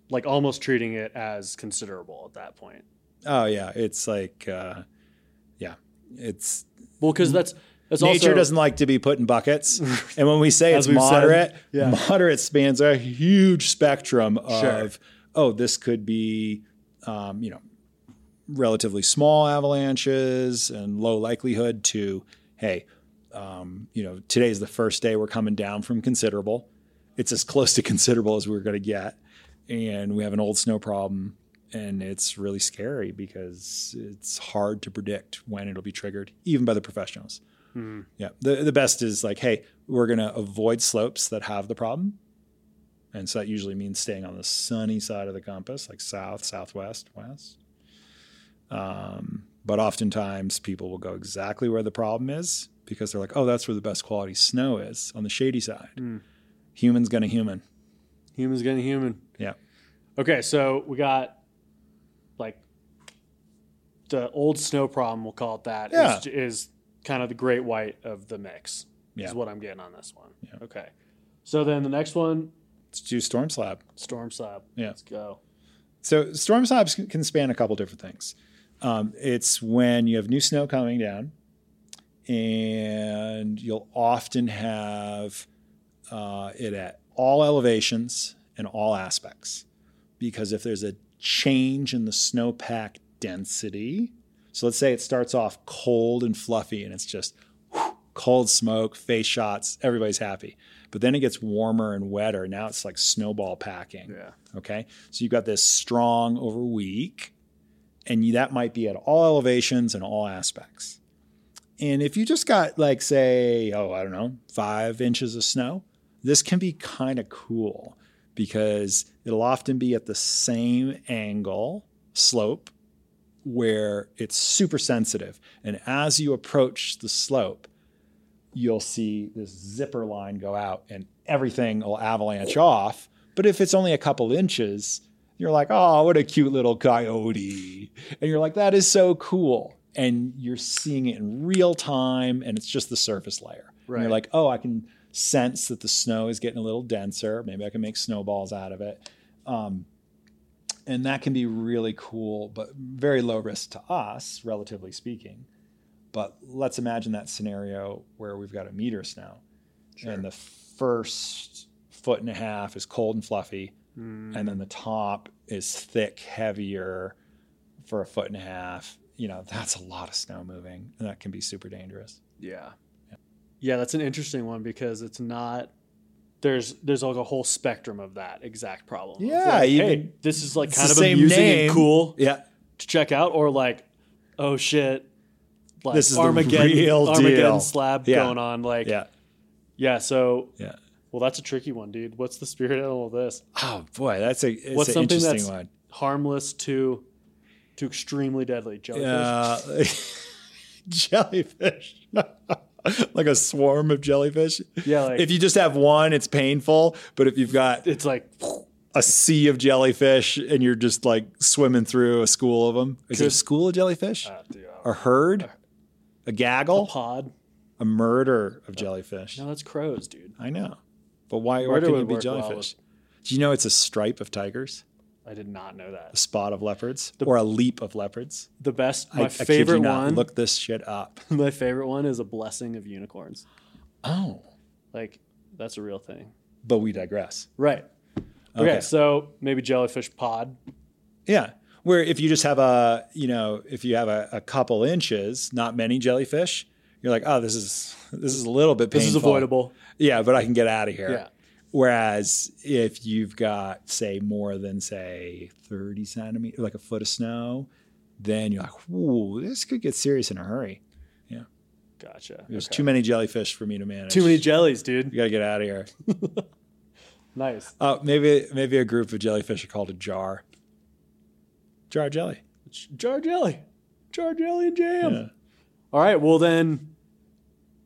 Speaker 1: like almost treating it as considerable at that point.
Speaker 2: Oh yeah, it's like, uh, yeah, it's
Speaker 1: Well, because that's that's
Speaker 2: Mm-hmm. nature
Speaker 1: also
Speaker 2: doesn't like to be put in buckets. and when we say
Speaker 1: As
Speaker 2: it's
Speaker 1: we've said,
Speaker 2: moderate,
Speaker 1: yeah.
Speaker 2: moderate spans a huge spectrum of,
Speaker 1: Sure.
Speaker 2: oh, this could be, um, you know, relatively small avalanches and low likelihood to, hey, um, you know, today's the first day we're coming down from considerable. It's as close to considerable as we're going to get, and we have an old snow problem. And it's really scary because it's hard to predict when it'll be triggered, even by the professionals. Yeah. The the best is like, hey, we're gonna avoid slopes that have the problem. And so that usually means staying on the sunny side of the compass, like south, southwest, west. Um, but oftentimes people will go exactly where the problem is because they're like, oh, that's where the best quality snow is on the shady side. Human's gonna human.
Speaker 1: humans getting human.
Speaker 2: Yeah.
Speaker 1: Okay, so we got like the old snow problem, we'll call it that, is
Speaker 2: Yeah.
Speaker 1: is kind of the great white of the mix.
Speaker 2: Yeah.
Speaker 1: Is what I'm getting on this one.
Speaker 2: Yeah.
Speaker 1: Okay. So then the next one,
Speaker 2: Let's do storm slab.
Speaker 1: storm slab.
Speaker 2: Yeah.
Speaker 1: Let's go.
Speaker 2: So storm slabs can- can span a couple different things. Um, it's when you have new snow coming down, and you'll often have uh, it at all elevations and all aspects, because if there's a change in the snowpack density, so let's say it starts off cold and fluffy, and it's just whew, cold smoke, face shots, everybody's happy. But then it gets warmer and wetter. Now it's like snowball packing.
Speaker 1: Yeah.
Speaker 2: Okay. So you've got this strong over weak, and you, that might be at all elevations and all aspects. And if you just got, like, say, oh, I don't know, five inches of snow, this can be kind of cool because it'll often be at the same angle, slope, where it's super sensitive. And as you approach the slope, you'll see this zipper line go out and everything will avalanche off. But if it's only a couple inches, you're like, oh, what a cute little coyote. And you're like, that is so cool. And you're seeing it in real time and it's just the surface layer. And
Speaker 1: Right.
Speaker 2: you're like, oh, I can sense that the snow is getting a little denser. Maybe I can make snowballs out of it. Um, and that can be really cool, but very low risk to us, relatively speaking. But let's imagine that scenario where we've got a meter of snow, and the first foot and a half is cold and fluffy,
Speaker 1: Mm.
Speaker 2: and then the top is thick, heavier for a foot and a half. You know, that's a lot of snow moving, and that can be super dangerous.
Speaker 1: Yeah. Yeah, that's an interesting one because it's not there's there's like a whole spectrum of that exact problem. of
Speaker 2: Yeah,
Speaker 1: like,
Speaker 2: even-
Speaker 1: hey, this is like
Speaker 2: It's
Speaker 1: kind
Speaker 2: the
Speaker 1: of
Speaker 2: same
Speaker 1: amusing
Speaker 2: name.
Speaker 1: and cool
Speaker 2: Yeah.
Speaker 1: to check out, or like, oh shit, like
Speaker 2: This is the
Speaker 1: Armageddon
Speaker 2: real
Speaker 1: Armageddon
Speaker 2: deal.
Speaker 1: slab
Speaker 2: Yeah.
Speaker 1: going on. Like
Speaker 2: Yeah.
Speaker 1: yeah, so
Speaker 2: Yeah.
Speaker 1: well that's a tricky one, dude. What's the spirit animal of this?
Speaker 2: Oh boy, that's a it's
Speaker 1: What's
Speaker 2: an
Speaker 1: something
Speaker 2: interesting
Speaker 1: that's
Speaker 2: one.
Speaker 1: harmless to to extremely deadly jellyfish?
Speaker 2: Uh, jellyfish. like a swarm of jellyfish.
Speaker 1: Yeah, like-
Speaker 2: if you just have one, it's painful. But if you've got
Speaker 1: It's like
Speaker 2: a sea of jellyfish and you're just like swimming through a school of them, is it a
Speaker 1: Could-
Speaker 2: school of jellyfish?
Speaker 1: ah, dude, oh,
Speaker 2: a herd? A
Speaker 1: a
Speaker 2: gaggle?
Speaker 1: pod.
Speaker 2: A murder of jellyfish.
Speaker 1: No, that's crows, dude.
Speaker 2: I know. But why, why
Speaker 1: Murder
Speaker 2: couldn't
Speaker 1: would
Speaker 2: it be
Speaker 1: work well
Speaker 2: jellyfish? Do you know it's a stripe of tigers,
Speaker 1: I did not know
Speaker 2: a
Speaker 1: that.
Speaker 2: spot of leopards, or a leap of leopards?
Speaker 1: The best, my
Speaker 2: I, I kid you
Speaker 1: favorite
Speaker 2: not.
Speaker 1: one.
Speaker 2: Look this shit up.
Speaker 1: my favorite one is a blessing of unicorns.
Speaker 2: Oh.
Speaker 1: Like that's a real thing,
Speaker 2: But we digress.
Speaker 1: right? Okay,
Speaker 2: Okay.
Speaker 1: so maybe jellyfish pod.
Speaker 2: Yeah. Where if you just have a, you know, if you have a, a couple inches, not many jellyfish, you're like, oh, this is this is a little bit painful.
Speaker 1: This is avoidable.
Speaker 2: Yeah, but I can get out of here.
Speaker 1: Yeah.
Speaker 2: Whereas if you've got say more than say 30 centimeters, like a foot of snow, then you're like, ooh, this could get serious in a hurry.
Speaker 1: Gotcha.
Speaker 2: There's
Speaker 1: Okay.
Speaker 2: too many jellyfish for me to manage.
Speaker 1: Too many jellies, dude.
Speaker 2: You gotta get out of here.
Speaker 1: Nice.
Speaker 2: Uh, maybe maybe a group of jellyfish are called a jar. Jar jelly.
Speaker 1: Jar jelly. Jar jelly and jam.
Speaker 2: Yeah.
Speaker 1: All right. Well then.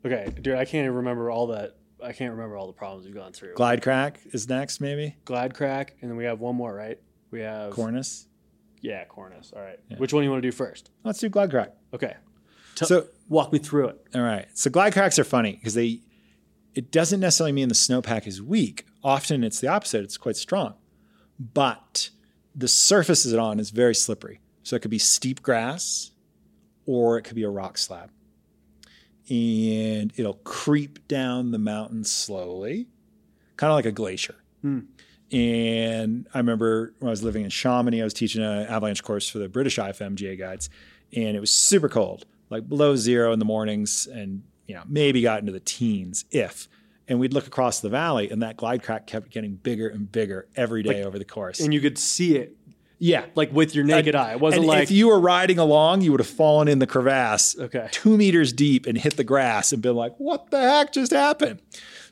Speaker 1: Okay, dude. I can't even remember all that. I can't remember all the problems we've gone through.
Speaker 2: Glide crack is next, maybe.
Speaker 1: Glide crack, and then we have one more, right? We have
Speaker 2: Cornice.
Speaker 1: Yeah, cornice. All right.
Speaker 2: Yeah.
Speaker 1: Which one do you want to do first?
Speaker 2: Let's do glide crack.
Speaker 1: Okay.
Speaker 2: So
Speaker 1: Walk me through it.
Speaker 2: all right. So glide cracks are funny because they it doesn't necessarily mean the snowpack is weak. Often it's the opposite. It's quite strong. But the surface it's on is very slippery. So it could be steep grass or it could be a rock slab. And it'll creep down the mountain slowly, kind of like a glacier.
Speaker 1: Hmm.
Speaker 2: And I remember when I was living in Chamonix, I was teaching an avalanche course for the British IFMGA guides, and it was super cold, like below zero in the mornings, and you know maybe got into the teens if. And we'd look across the valley, and that glide crack kept getting bigger and bigger every day over the course.
Speaker 1: And you could see it
Speaker 2: yeah,
Speaker 1: like with your naked eye. It wasn't
Speaker 2: and
Speaker 1: like
Speaker 2: if you were riding along, you would have fallen in the crevasse
Speaker 1: Okay.
Speaker 2: two meters deep and hit the grass and been like, what the heck just happened?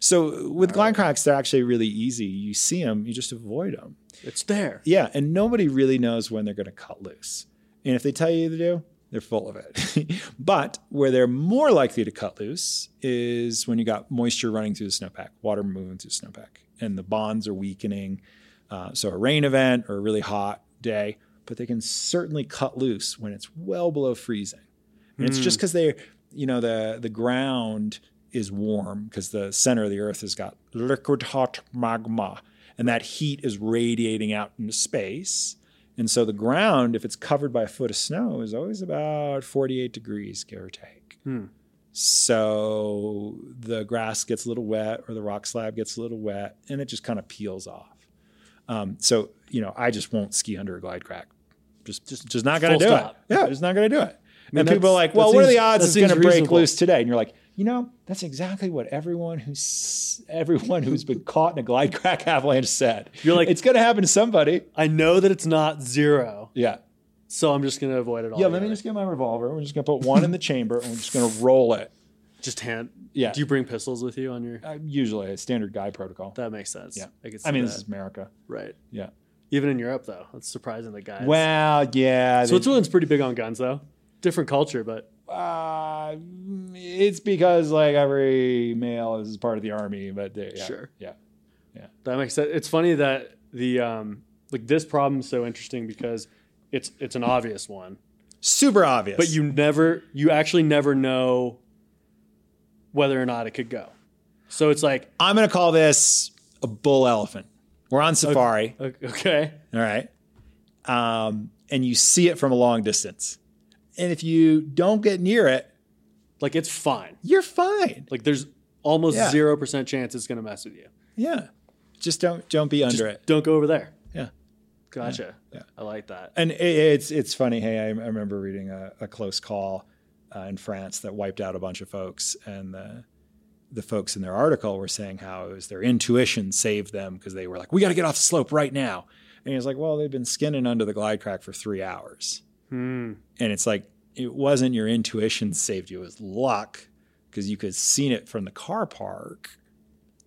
Speaker 2: So with glide cracks, they're actually really easy. You see them, you just avoid them.
Speaker 1: it's there.
Speaker 2: Yeah, and nobody really knows when they're going to cut loose. And if they tell you they do, they're full of it. but where they're more likely to cut loose is when you got moisture running through the snowpack, water moving through the snowpack, and the bonds are weakening. Uh, so a rain event or a really hot day, but they can certainly cut loose when it's well below freezing. And it's just because they're, you know, the the ground is warm because the center of the earth has got liquid hot magma, and that heat is radiating out into space. And so the ground, if it's covered by a foot of snow, is always about 48 degrees, give or take.
Speaker 1: Hmm.
Speaker 2: So the grass gets a little wet or the rock slab gets a little wet and it just kind of peels off. Um, so, you know, I just won't ski under a glide crack. Just, just, just not going
Speaker 1: full
Speaker 2: to do
Speaker 1: stop.
Speaker 2: it. Yeah, just not going to do it. and people
Speaker 1: that's-
Speaker 2: are like,
Speaker 1: that
Speaker 2: well, what are
Speaker 1: seems-
Speaker 2: the odds
Speaker 1: that
Speaker 2: it's going to
Speaker 1: seems
Speaker 2: break
Speaker 1: reasonable.
Speaker 2: loose today? And you're like, you know, that's exactly what everyone who's everyone who's been caught in a glide crack avalanche said.
Speaker 1: You're like-
Speaker 2: it's going to happen to somebody.
Speaker 1: I know that it's not zero,
Speaker 2: Yeah.
Speaker 1: so I'm just gonna avoid it all.
Speaker 2: Yeah, let me just get my revolver. We're just gonna put one in the chamber and we're just gonna roll it.
Speaker 1: just hand.
Speaker 2: Yeah.
Speaker 1: Do you bring pistols with you on your?
Speaker 2: Uh, usually a standard guy protocol.
Speaker 1: That makes sense.
Speaker 2: Yeah.
Speaker 1: I, could see
Speaker 2: I mean,
Speaker 1: that.
Speaker 2: this is America.
Speaker 1: right.
Speaker 2: Yeah.
Speaker 1: Even in Europe, though, that's surprising. The guys.
Speaker 2: Well, yeah. they-
Speaker 1: Switzerland's pretty big on guns, though. Different culture, but
Speaker 2: uh, it's because like every male is part of the army, but they, yeah,
Speaker 1: Sure.
Speaker 2: yeah,
Speaker 1: that makes sense. It's funny that the um like this problem's so interesting because it's it's an obvious one,
Speaker 2: super obvious.
Speaker 1: but you never you actually never know whether or not it could go. So it's like
Speaker 2: I'm gonna call this a bull elephant. We're on safari.
Speaker 1: o- okay,
Speaker 2: All right. Um, and you see it from a long distance. And if you don't get near it,
Speaker 1: like it's fine.
Speaker 2: you're fine.
Speaker 1: Like there's almost
Speaker 2: Yeah.
Speaker 1: zero percent chance it's gonna mess with you.
Speaker 2: Yeah. Just don't don't be under
Speaker 1: Just
Speaker 2: it.
Speaker 1: don't go over there.
Speaker 2: Yeah.
Speaker 1: Gotcha.
Speaker 2: Yeah.
Speaker 1: I like that.
Speaker 2: And it, it's it's funny. Hey, I, I remember reading a, a close call uh, in France that wiped out a bunch of folks, and the the folks in their article were saying how it was their intuition saved them because they were like, "We got to get off the slope right now," and he was like, "Well, they've been skinning under the glide crack for three hours."
Speaker 1: Hmm.
Speaker 2: and it's like it wasn't your intuition saved you it was luck because you could seen it from the car park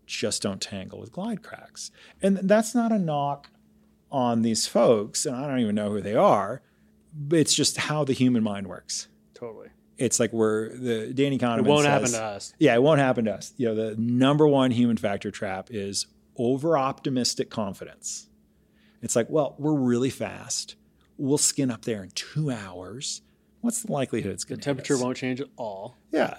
Speaker 2: just don't tangle with glide cracks and that's not a knock on these folks and i don't even know who they are but it's just how the human mind works
Speaker 1: Totally.
Speaker 2: it's like we're the danny
Speaker 1: It
Speaker 2: Kahneman
Speaker 1: won't
Speaker 2: says-
Speaker 1: happen to us.
Speaker 2: yeah, it won't happen to us. You know, the number one human factor trap is over optimistic confidence. It's like, well, we're really fast. We'll skin up there in two hours. What's the likelihood it's
Speaker 1: The
Speaker 2: going to
Speaker 1: temperature won't change at all.
Speaker 2: Yeah.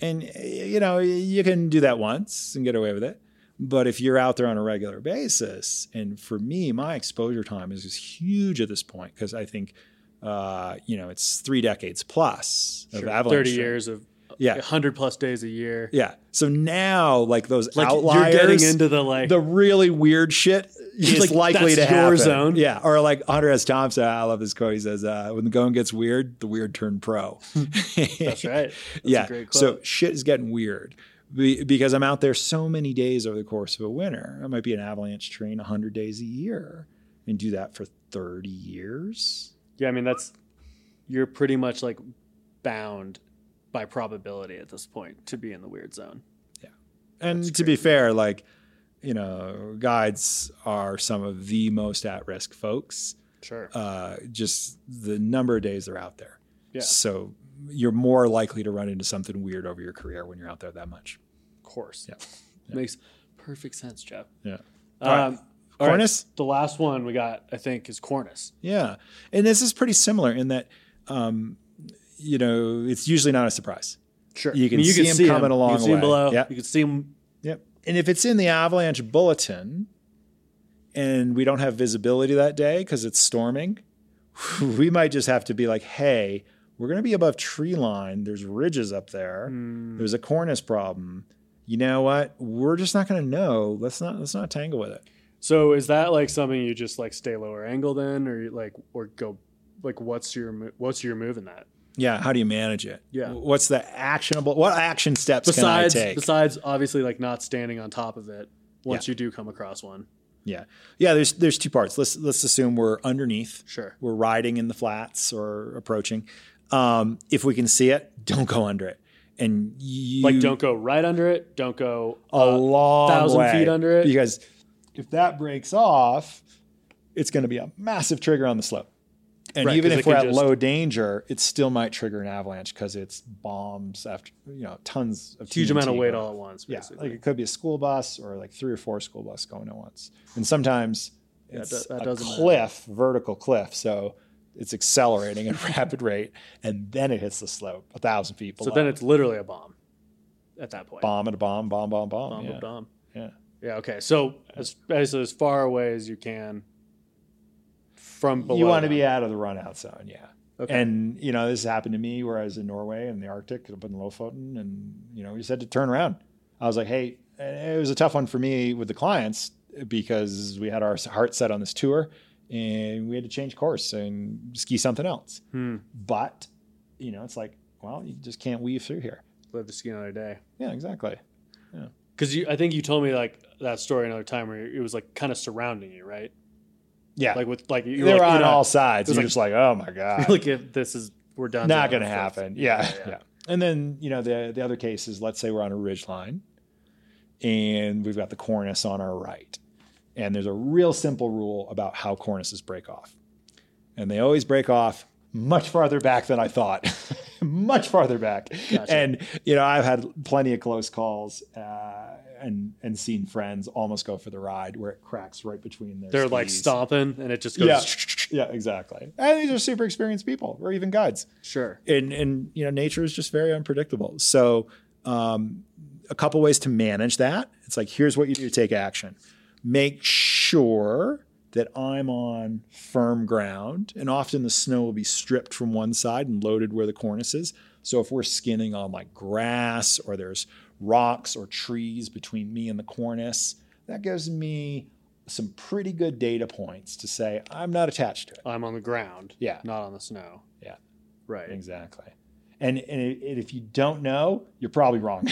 Speaker 2: And, uh, you know, you can do that once and get away with it. But if you're out there on a regular basis, and for me, my exposure time is just huge at this point because I think, uh, you know, it's three decades plus of
Speaker 1: Sure.
Speaker 2: avalanche.
Speaker 1: Thirty
Speaker 2: training.
Speaker 1: years of
Speaker 2: Yeah.
Speaker 1: 100 plus days a year.
Speaker 2: Yeah. So now, like those
Speaker 1: Like
Speaker 2: outliers,
Speaker 1: you're getting into the like
Speaker 2: the really weird shit is
Speaker 1: It's like,
Speaker 2: likely to
Speaker 1: that's your
Speaker 2: happen.
Speaker 1: zone.
Speaker 2: Yeah. Or like Hunter S. Thompson, I love this quote. He says, uh, "When the going gets weird, the weird turn pro."
Speaker 1: That's right. That's
Speaker 2: yeah.
Speaker 1: A great
Speaker 2: so
Speaker 1: quote.
Speaker 2: shit is getting weird be- because I'm out there so many days over the course of a winter. I might be an avalanche train 100 days a year and do that for 30 years.
Speaker 1: yeah, I mean that's you're pretty much like bound by probability at this point to be in the weird zone.
Speaker 2: And
Speaker 1: That's
Speaker 2: to be fair, like, you know, guides are some of the most at risk folks.
Speaker 1: Sure.
Speaker 2: Uh, just the number of days they're out there.
Speaker 1: Yeah.
Speaker 2: So you're more likely to run into something weird over your career when you're out there that much.
Speaker 1: of course.
Speaker 2: yeah.
Speaker 1: Makes perfect sense, Jeff.
Speaker 2: Yeah. All right.
Speaker 1: Um, all right.
Speaker 2: Cornice?
Speaker 1: The last one we got, I think, is Cornice.
Speaker 2: Yeah. And this is pretty similar in that, um, you know, it's usually not a surprise.
Speaker 1: Sure.
Speaker 2: You can see him coming a
Speaker 1: You
Speaker 2: long
Speaker 1: can see him
Speaker 2: way.
Speaker 1: below.
Speaker 2: Yep.
Speaker 1: You can see him.
Speaker 2: Yep. And if it's in the avalanche bulletin and we don't have visibility that day because it's storming, we might just have to be like, hey, we're going to be above tree line. There's ridges up there.
Speaker 1: Hmm.
Speaker 2: There's a cornice problem. You know what? We're just not going to know. Let's not let's not tangle with it.
Speaker 1: So is that like something you just like stay lower angle then, or you, like or go like what's your mo- what's your move in that?
Speaker 2: Yeah. How do you manage it?
Speaker 1: Yeah.
Speaker 2: What's the actionable? What action steps
Speaker 1: Besides
Speaker 2: can I take?
Speaker 1: besides obviously like not standing on top of it once you do come across one.
Speaker 2: Yeah, yeah. There's there's two parts. Let's let's assume we're underneath.
Speaker 1: Sure.
Speaker 2: We're riding in the flats or approaching. Um, if we can see it, don't go under it. And you
Speaker 1: Like don't go right under it. Don't go
Speaker 2: a long
Speaker 1: thousand
Speaker 2: way
Speaker 1: feet under it.
Speaker 2: because if that breaks off, it's going to be a massive trigger on the slope. And
Speaker 1: Right,
Speaker 2: even
Speaker 1: 'cause
Speaker 2: if
Speaker 1: it
Speaker 2: we're at
Speaker 1: can just-
Speaker 2: low danger, it still might trigger an avalanche because it's bombs after you know tons of
Speaker 1: huge amount of
Speaker 2: TNT
Speaker 1: weight
Speaker 2: going
Speaker 1: all at once.
Speaker 2: yeah,
Speaker 1: Basically.
Speaker 2: like it could be a school bus or like three or four school bus going at once. And sometimes
Speaker 1: Yeah,
Speaker 2: it's
Speaker 1: that- that
Speaker 2: a
Speaker 1: doesn't matter.
Speaker 2: cliff, vertical cliff, so it's accelerating at a rapid rate, and then it hits the slope a thousand feet
Speaker 1: so
Speaker 2: below.
Speaker 1: then it's literally a bomb at that point.
Speaker 2: bomb and a bomb, bomb, bomb, bomb.
Speaker 1: Bomb,
Speaker 2: yeah.
Speaker 1: bomb.
Speaker 2: yeah.
Speaker 1: Yeah. Okay. So as as as far away as you can from below.
Speaker 2: You want to
Speaker 1: them.
Speaker 2: be out of the run out zone, yeah.
Speaker 1: Okay.
Speaker 2: And you know, this happened to me where I was in Norway in the Arctic up in Lofoten, and you know, we just had to turn around. I was like, hey, and it was a tough one for me with the clients because we had our heart set on this tour and we had to change course and ski something else.
Speaker 1: Hmm.
Speaker 2: But you know, it's like, well, you just can't weave through here.
Speaker 1: live to see another day.
Speaker 2: Yeah, exactly.
Speaker 1: Because you, I think you told me like that story another time where it was like kind of surrounding you, right?
Speaker 2: Yeah,
Speaker 1: Like with like you
Speaker 2: they
Speaker 1: were
Speaker 2: were
Speaker 1: like,
Speaker 2: on
Speaker 1: in a-
Speaker 2: all sides.
Speaker 1: it was
Speaker 2: You're
Speaker 1: like-
Speaker 2: just like, oh my god,
Speaker 1: Like if this is we're done,
Speaker 2: not
Speaker 1: till
Speaker 2: going to
Speaker 1: the fifth.
Speaker 2: happen. Yeah,
Speaker 1: yeah.
Speaker 2: yeah. And then you know the the other case is let's say we're on a ridge line, and we've got the cornice on our right, and there's a real simple rule about how cornices break off, and they always break off much farther back than I thought, much farther back.
Speaker 1: Gotcha.
Speaker 2: And you know I've had plenty of close calls. Uh, and, and seen friends almost go for the ride where it cracks right between their
Speaker 1: They're like
Speaker 2: skis.
Speaker 1: stomping and it just goes.
Speaker 2: yeah yeah exactly and these are super experienced people or even guides
Speaker 1: Sure.
Speaker 2: and and you know nature is just very unpredictable so um, a couple ways to manage that it's like here's what you do to take action make sure that i'm on firm ground and often the snow will be stripped from one side and loaded where the cornice is so if we're skinning on like grass or there's rocks or trees between me and the cornice that gives me some pretty good data points to say i'm not attached to it
Speaker 1: I'm on the ground,
Speaker 2: yeah
Speaker 1: not on the snow.
Speaker 2: Yeah.
Speaker 1: Right.
Speaker 2: Exactly. And, and it- it- if you don't know, you're probably wrong.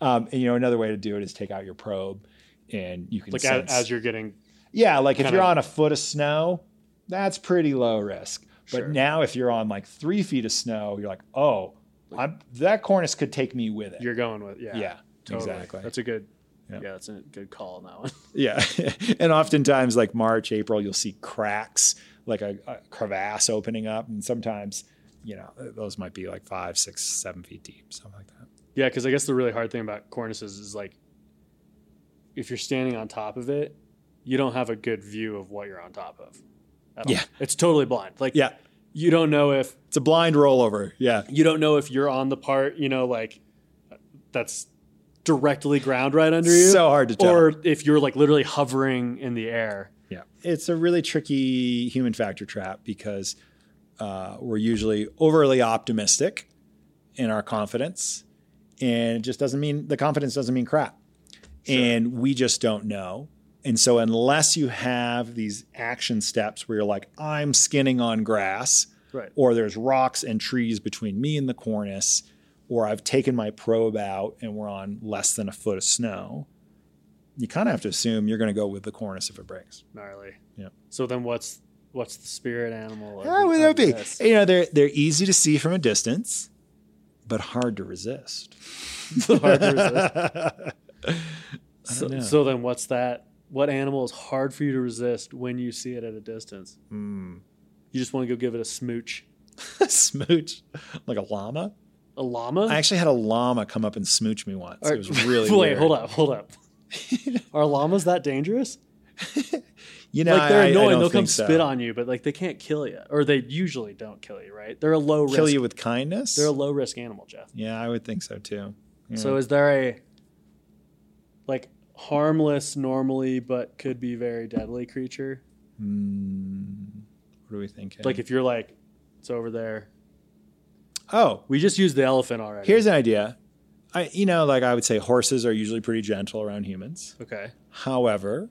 Speaker 2: um, and, you know, another way to do it is take out your probe and you can
Speaker 1: Like as,
Speaker 2: sense.
Speaker 1: as you're getting
Speaker 2: yeah, like if
Speaker 1: kinda-
Speaker 2: you're on a foot of snow, that's pretty low risk. But
Speaker 1: Sure.
Speaker 2: now if you're on like three feet of snow, you're like, oh, I'm, that cornice could take me with it.
Speaker 1: you're going with yeah.
Speaker 2: yeah,
Speaker 1: totally.
Speaker 2: exactly.
Speaker 1: That's a good. Yeah.
Speaker 2: Yeah.
Speaker 1: that's a good call on that one.
Speaker 2: Yeah. and oftentimes, like March, April, you'll see cracks, like a, a crevasse opening up. And sometimes, you know, those might be like five, six, seven feet deep, something like that.
Speaker 1: Yeah, because I guess the really hard thing about cornices is like, if you're standing on top of it, you don't have a good view of what you're on top of. at all.
Speaker 2: Yeah.
Speaker 1: it's totally blind. Like,
Speaker 2: Yeah.
Speaker 1: you don't know if
Speaker 2: It's a blind rollover. Yeah.
Speaker 1: you don't know if you're on the part you know like that's directly ground right under you,
Speaker 2: So hard to tell.
Speaker 1: or if you're like literally hovering in the air.
Speaker 2: yeah. It's a really tricky human factor trap because uh, we're usually overly optimistic in our confidence, and it just doesn't mean the confidence doesn't mean crap, and we just don't know. And so, unless you have these action steps where you're like, I'm skinning on grass,
Speaker 1: Right.
Speaker 2: or there's rocks and trees between me and the cornice, or I've taken my probe out and we're on less than a foot of snow, you kind of have to assume you're going to go with the cornice if it breaks.
Speaker 1: Gnarly.
Speaker 2: Yeah. Ah,
Speaker 1: So then what's what's the spirit animal? of
Speaker 2: How would
Speaker 1: the
Speaker 2: that be?
Speaker 1: contest?
Speaker 2: You know, they're they're easy to see from a distance, but hard to resist.
Speaker 1: Hard to resist.
Speaker 2: don't
Speaker 1: so,
Speaker 2: know.
Speaker 1: so then what's that? What animal is hard for you to resist when you see it at a distance?
Speaker 2: Mm.
Speaker 1: You just want to go give it a smooch.
Speaker 2: Smooch like a llama.
Speaker 1: A llama?
Speaker 2: I actually had a llama come up and smooch me once.
Speaker 1: Or-
Speaker 2: It was really
Speaker 1: Wait,
Speaker 2: weird.
Speaker 1: hold up, hold up. Are llamas that dangerous?
Speaker 2: You know,
Speaker 1: like they're
Speaker 2: I- I
Speaker 1: annoying.
Speaker 2: don't
Speaker 1: They'll come
Speaker 2: think so.
Speaker 1: spit on you, but like they can't kill you, or they usually don't kill you, right? They're a low
Speaker 2: kill
Speaker 1: risk.
Speaker 2: you with kindness.
Speaker 1: They're a low risk animal, Jeff.
Speaker 2: yeah, I would think so too. Yeah.
Speaker 1: So is there a like harmless normally but could be very deadly creature?
Speaker 2: Mm, what are we thinking?
Speaker 1: Like if you're like it's over there.
Speaker 2: oh,
Speaker 1: We just used the elephant already.
Speaker 2: here's an idea. I, you know, like I would say, horses are usually pretty gentle around humans.
Speaker 1: okay.
Speaker 2: However,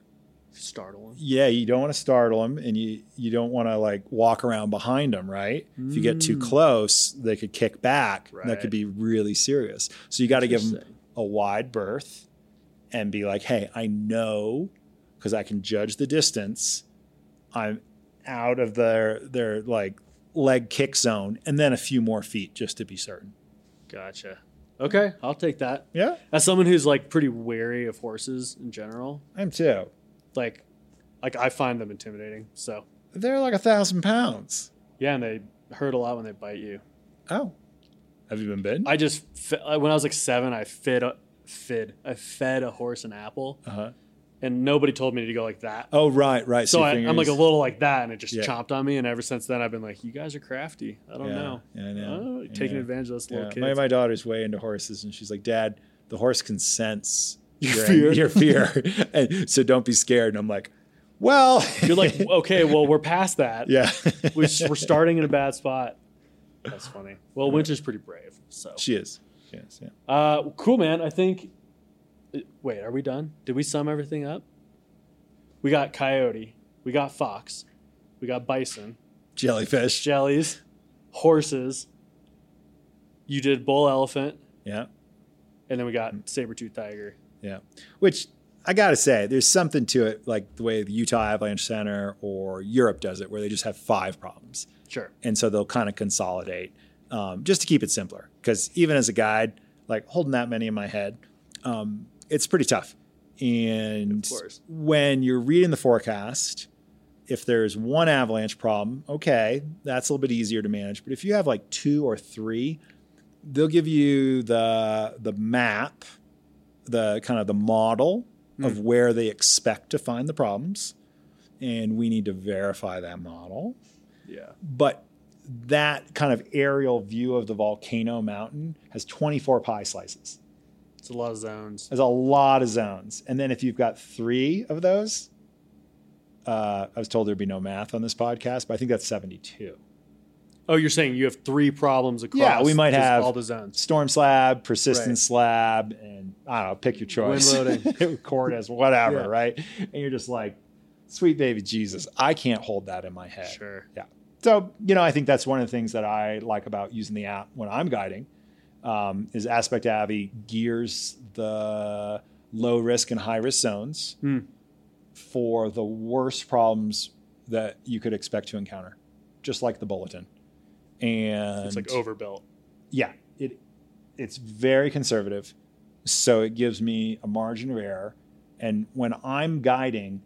Speaker 1: Startling.
Speaker 2: yeah, you don't want to startle them, and you you don't want to like walk around behind them, right? If you get too
Speaker 1: Mm.
Speaker 2: close, they could kick back. and That
Speaker 1: Right.
Speaker 2: could be really serious. So you got to give them
Speaker 1: Interesting.
Speaker 2: a wide berth and be like, hey, I know because I can judge the distance. I'm out of their their like leg kick zone, and then a few more feet just to be certain.
Speaker 1: Gotcha. Okay, I'll take that.
Speaker 2: Yeah,
Speaker 1: As someone who's like pretty wary of horses in general,
Speaker 2: I'm too.
Speaker 1: like like I find them intimidating. So
Speaker 2: They're like a thousand pounds.
Speaker 1: yeah, and they hurt a lot when they bite you.
Speaker 2: Oh, have you been bitten?
Speaker 1: I just fe- uh, when I was like seven, I fed a, fed I fed a horse an apple,
Speaker 2: Uh huh.
Speaker 1: and nobody told me to go like that.
Speaker 2: Oh right, right.
Speaker 1: so
Speaker 2: your
Speaker 1: I, I'm like a
Speaker 2: fingers-
Speaker 1: little like that, and it just
Speaker 2: Yeah.
Speaker 1: chomped on me. And ever since then, I've been like, "You guys are crafty. I don't
Speaker 2: yeah,
Speaker 1: know.
Speaker 2: Yeah, I
Speaker 1: I
Speaker 2: know.
Speaker 1: don't know,
Speaker 2: I
Speaker 1: Oh, taking
Speaker 2: know.
Speaker 1: advantage of this little
Speaker 2: Yeah.
Speaker 1: kid."
Speaker 2: My, my daughter's way into horses, and she's like, Dad, the horse can sense
Speaker 1: Your
Speaker 2: your
Speaker 1: fear."
Speaker 2: your fear, and so don't be scared. And I'm like, Well,
Speaker 1: You're like, "Okay, well, we're past that.
Speaker 2: yeah,
Speaker 1: we're, s- we're starting in a bad spot." That's funny. Well, Winter's pretty brave. So,
Speaker 2: she is. She is. Yeah.
Speaker 1: uh, cool, man. I think. uh, Wait, are we done? Did we sum everything up? We got coyote. We got fox. We got bison.
Speaker 2: Jellyfish.
Speaker 1: Jellies. Horses. You did bull elephant,
Speaker 2: Yeah.
Speaker 1: and then we got saber tooth tiger.
Speaker 2: Yeah. Which I got to say, there's something to it, like the way the Utah Avalanche Center or Europe does it, where they just have five problems.
Speaker 1: Sure.
Speaker 2: and so they'll kind of consolidate um, just to keep it simpler because even as a guide like holding that many in my head um, it's pretty tough and
Speaker 1: Of course.
Speaker 2: when you're reading the forecast if there's one avalanche problem okay that's a little bit easier to manage but if you have like two or three they'll give you the the map the kind of the model
Speaker 1: Hmm.
Speaker 2: of where they expect to find the problems and we need to verify that model
Speaker 1: Yeah.
Speaker 2: but that kind of aerial view of the volcano mountain has 24 pie slices.
Speaker 1: It's a lot of zones.
Speaker 2: There's a lot of zones. And then if you've got three of those, uh, I was told there'd be no math on this podcast, but I think that's 72.
Speaker 1: Oh, you're saying you have three problems across
Speaker 2: Yeah, we might
Speaker 1: just
Speaker 2: have-
Speaker 1: all the zones.
Speaker 2: Storm slab, persistent
Speaker 1: Right.
Speaker 2: slab, and I don't know, pick your choice.
Speaker 1: Wind
Speaker 2: Cordas, whatever,
Speaker 1: Yeah.
Speaker 2: right? And you're just like, sweet baby Jesus, I can't hold that in my head.
Speaker 1: Sure.
Speaker 2: So, you know, I think that's one of the things that I like about using the app when I'm guiding um, is Aspect Avi gears the low risk and high risk zones
Speaker 1: Hmm.
Speaker 2: for the worst problems that you could expect to encounter, just like the bulletin. And
Speaker 1: It's like overbuilt.
Speaker 2: yeah, it it's very conservative, so it gives me a margin of error. And when I'm guiding,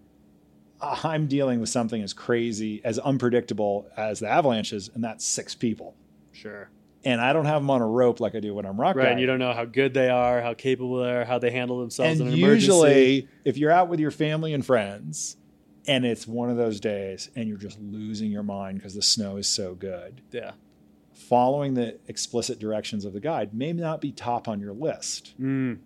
Speaker 2: uh, I'm dealing with something as crazy, as unpredictable as the avalanches, and that's six people.
Speaker 1: Sure.
Speaker 2: And I don't have them on a rope like I do when I'm rock
Speaker 1: Right. And
Speaker 2: guiding.
Speaker 1: you don't know how good they are, how capable they are, how they handle themselves
Speaker 2: and
Speaker 1: in an emergency.
Speaker 2: usually, if you're out with your family and friends, and it's one of those days, and you're just losing your mind because the snow is so good,
Speaker 1: Yeah.
Speaker 2: following the explicit directions of the guide may not be top on your list.
Speaker 1: Mm.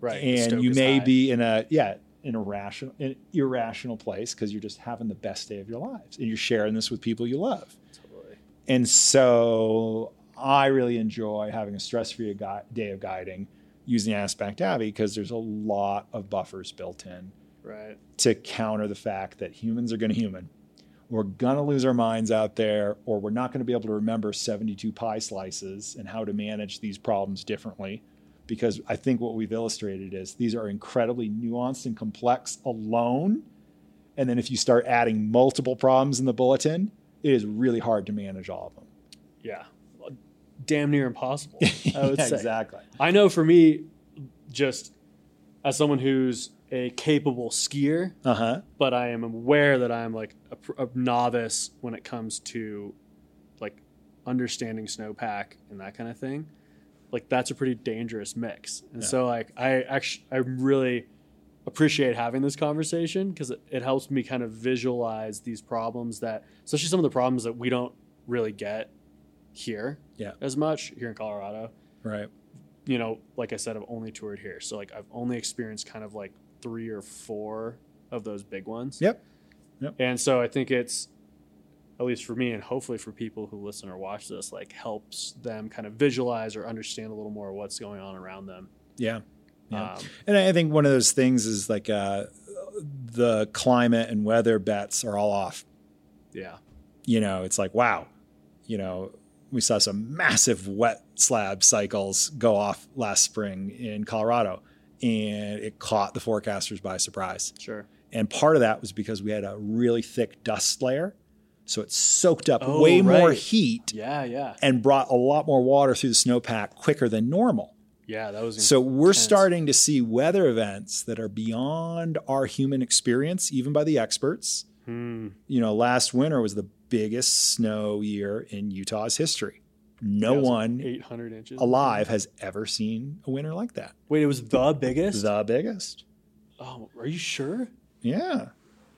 Speaker 1: Right. the stoke
Speaker 2: and you
Speaker 1: is
Speaker 2: may
Speaker 1: high.
Speaker 2: be in a yeah in a rational an irrational place because you're just having the best day of your lives and you're sharing this with people you love
Speaker 1: Totally.
Speaker 2: and so I really enjoy having a stress-free gui- day of guiding using Aspect Abbey because there's a lot of buffers built in
Speaker 1: Right.
Speaker 2: to counter the fact that humans are going to human. We're going to lose our minds out there, or we're not going to be able to remember 72 pie slices and how to manage these problems differently. Because I think what we've illustrated is these are incredibly nuanced and complex alone. And then if you start adding multiple problems in the bulletin, it is really hard to manage all of them.
Speaker 1: Yeah. Well, Damn near impossible. I would
Speaker 2: Yeah,
Speaker 1: say.
Speaker 2: Exactly.
Speaker 1: I know for me, just as someone who's a capable skier,
Speaker 2: Uh huh.
Speaker 1: but I am aware that I'm like a, pr- a novice when it comes to like understanding snowpack and that kind of thing. Like that's a pretty dangerous mix, and
Speaker 2: Yeah.
Speaker 1: so like I actually I really appreciate having this conversation because it, it helps me kind of visualize these problems that, especially some of the problems that we don't really get here
Speaker 2: Yeah.
Speaker 1: as much here in Colorado
Speaker 2: Right.
Speaker 1: you know, like I said, I've only toured here. So like I've only experienced kind of like three or four of those big ones.
Speaker 2: Yep. Yep.
Speaker 1: And so I think it's at least for me and hopefully for people who listen or watch this, like helps them kind of visualize or understand a little more what's going on around them.
Speaker 2: Yeah. Yeah.
Speaker 1: Um,
Speaker 2: And I think one of those things is like uh, the climate and weather bets are all off.
Speaker 1: yeah.
Speaker 2: You know, it's like, wow, you know, we saw some massive wet slab cycles go off last spring in Colorado, and it caught the forecasters by surprise.
Speaker 1: Sure.
Speaker 2: And part of that was because we had a really thick dust layer. So it soaked up
Speaker 1: Oh,
Speaker 2: way more
Speaker 1: right.
Speaker 2: heat
Speaker 1: Yeah. Yeah.
Speaker 2: and brought a lot more water through the snowpack quicker than normal.
Speaker 1: Yeah. That was
Speaker 2: So we're
Speaker 1: intense.
Speaker 2: starting to see weather events that are beyond our human experience, even by the experts.
Speaker 1: Hmm.
Speaker 2: You know, last winter was the biggest snow year in Utah's history. No
Speaker 1: Yeah, it was like
Speaker 2: one
Speaker 1: 800 hmm, inches
Speaker 2: alive has ever seen a winter like that.
Speaker 1: Wait, it was the biggest.
Speaker 2: The biggest.
Speaker 1: oh, are you sure?
Speaker 2: Yeah.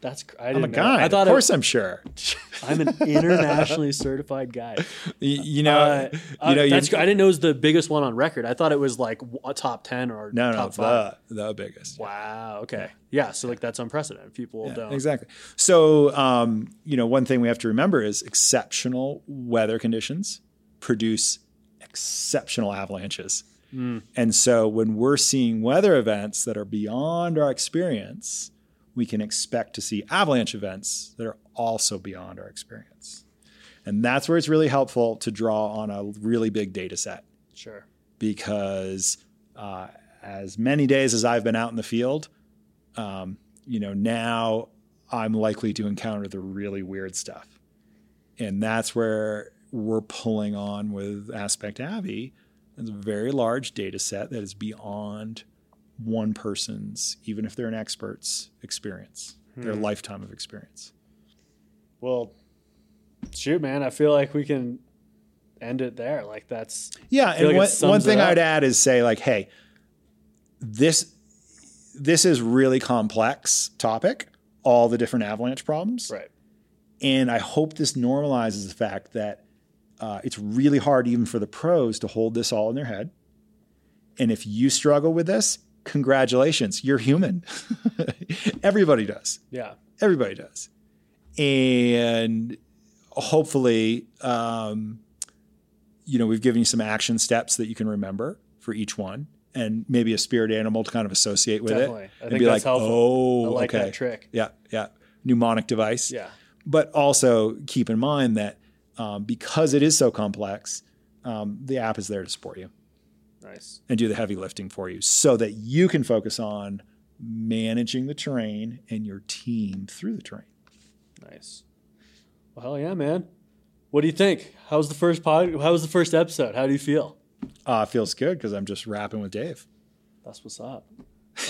Speaker 1: That's cr- I
Speaker 2: I'm
Speaker 1: didn't
Speaker 2: a
Speaker 1: know.
Speaker 2: guy.
Speaker 1: I thought
Speaker 2: of course I'm sure.
Speaker 1: it, I'm an internationally certified guide.
Speaker 2: Y- You know,
Speaker 1: Uh,
Speaker 2: you know,
Speaker 1: uh,
Speaker 2: you-
Speaker 1: that's, I didn't know it was the biggest one on record. I thought it was like w- a top ten or
Speaker 2: no, no,
Speaker 1: top five.
Speaker 2: the, the biggest.
Speaker 1: Wow. Okay. Yeah. So like that's unprecedented. People
Speaker 2: Yeah,
Speaker 1: don't.
Speaker 2: Exactly. So, um, you know, one thing we have to remember is exceptional weather conditions produce exceptional avalanches.
Speaker 1: Mm.
Speaker 2: And so, when we're seeing weather events that are beyond our experience, we can expect to see avalanche events that are also beyond our experience. And that's where it's really helpful to draw on a really big data set
Speaker 1: Sure.
Speaker 2: because uh, as many days as I've been out in the field, um, you know, now I'm likely to encounter the really weird stuff. And that's where we're pulling on with Aspect Abbey. It's a very large data set that is beyond one person's, even if they're an expert's experience, their
Speaker 1: Hmm.
Speaker 2: lifetime of experience.
Speaker 1: Well, shoot, man. I feel like we can end it there. Like that's
Speaker 2: Yeah,
Speaker 1: feel
Speaker 2: and
Speaker 1: like it
Speaker 2: one, one
Speaker 1: sums it
Speaker 2: thing
Speaker 1: up.
Speaker 2: I'd add is say like, hey, this this is really complex topic, all the different avalanche problems,
Speaker 1: right.
Speaker 2: and I hope this normalizes the fact that uh, it's really hard even for the pros to hold this all in their head. And if you struggle with this, congratulations, you're human. Everybody does
Speaker 1: Yeah.
Speaker 2: everybody does and hopefully um, you know we've given you some action steps that you can remember for each one and maybe a spirit animal to kind of associate with
Speaker 1: Definitely.
Speaker 2: it
Speaker 1: I
Speaker 2: and
Speaker 1: think
Speaker 2: be like
Speaker 1: that's helpful.
Speaker 2: oh
Speaker 1: I like
Speaker 2: okay
Speaker 1: that trick.
Speaker 2: yeah yeah mnemonic device
Speaker 1: Yeah.
Speaker 2: but also keep in mind that um, because it is so complex um, the app is there to support you
Speaker 1: Nice.
Speaker 2: and do the heavy lifting for you so that you can focus on managing the terrain and your team through the terrain
Speaker 1: Nice. Well, hell yeah, man. What do you think? How was the first pod? How was the first episode? How do you feel?
Speaker 2: Uh, feels good because I'm just rapping with Dave.
Speaker 1: That's what's up.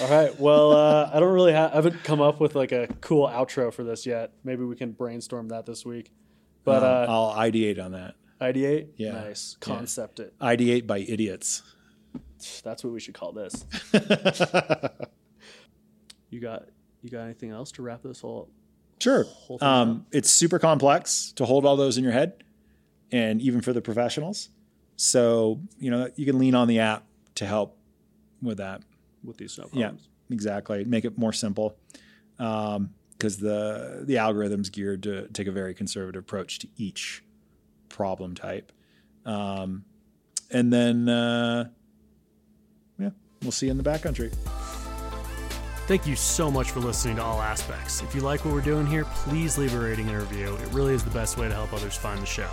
Speaker 1: All right. Well, uh, I don't really ha- I haven't come up with like a cool outro for this yet. Maybe we can brainstorm that this week. But
Speaker 2: Um,
Speaker 1: uh,
Speaker 2: I'll ideate on that.
Speaker 1: ideate,
Speaker 2: uh, yeah,
Speaker 1: nice
Speaker 2: yeah.
Speaker 1: concept it.
Speaker 2: Ideate by idiots.
Speaker 1: That's what we should call this. You got you got anything else to wrap this whole?
Speaker 2: sure.
Speaker 1: Whole thing
Speaker 2: Um, it's super complex to hold all those in your head, and even for the professionals. So you know you can lean on the app to help with that.
Speaker 1: with these snow
Speaker 2: Yeah.
Speaker 1: problems?
Speaker 2: Exactly. Make it more simple because the the algorithm's geared to take a very conservative approach to each problem type. Um, and then, uh, yeah, we'll see you in the backcountry.
Speaker 4: Thank you so much for listening to All Aspects. If you like what we're doing here, please leave a rating and review. It really is the best way to help others find the show.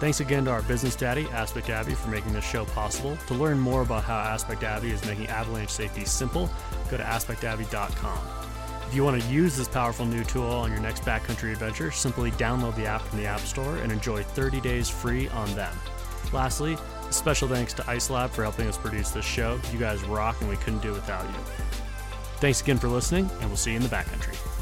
Speaker 4: Thanks again to our business daddy, Aspect Abbey, for making this show possible. To learn more about how Aspect Abbey is making avalanche safety simple, go to aspectabbey.com. If you want to use this powerful new tool on your next backcountry adventure, simply download the app from the App Store and enjoy 30 days free on them. Lastly, a special thanks to Ice Lab for helping us produce this show. You guys rock, and we couldn't do it without you. Thanks again for listening, and we'll see you in the backcountry.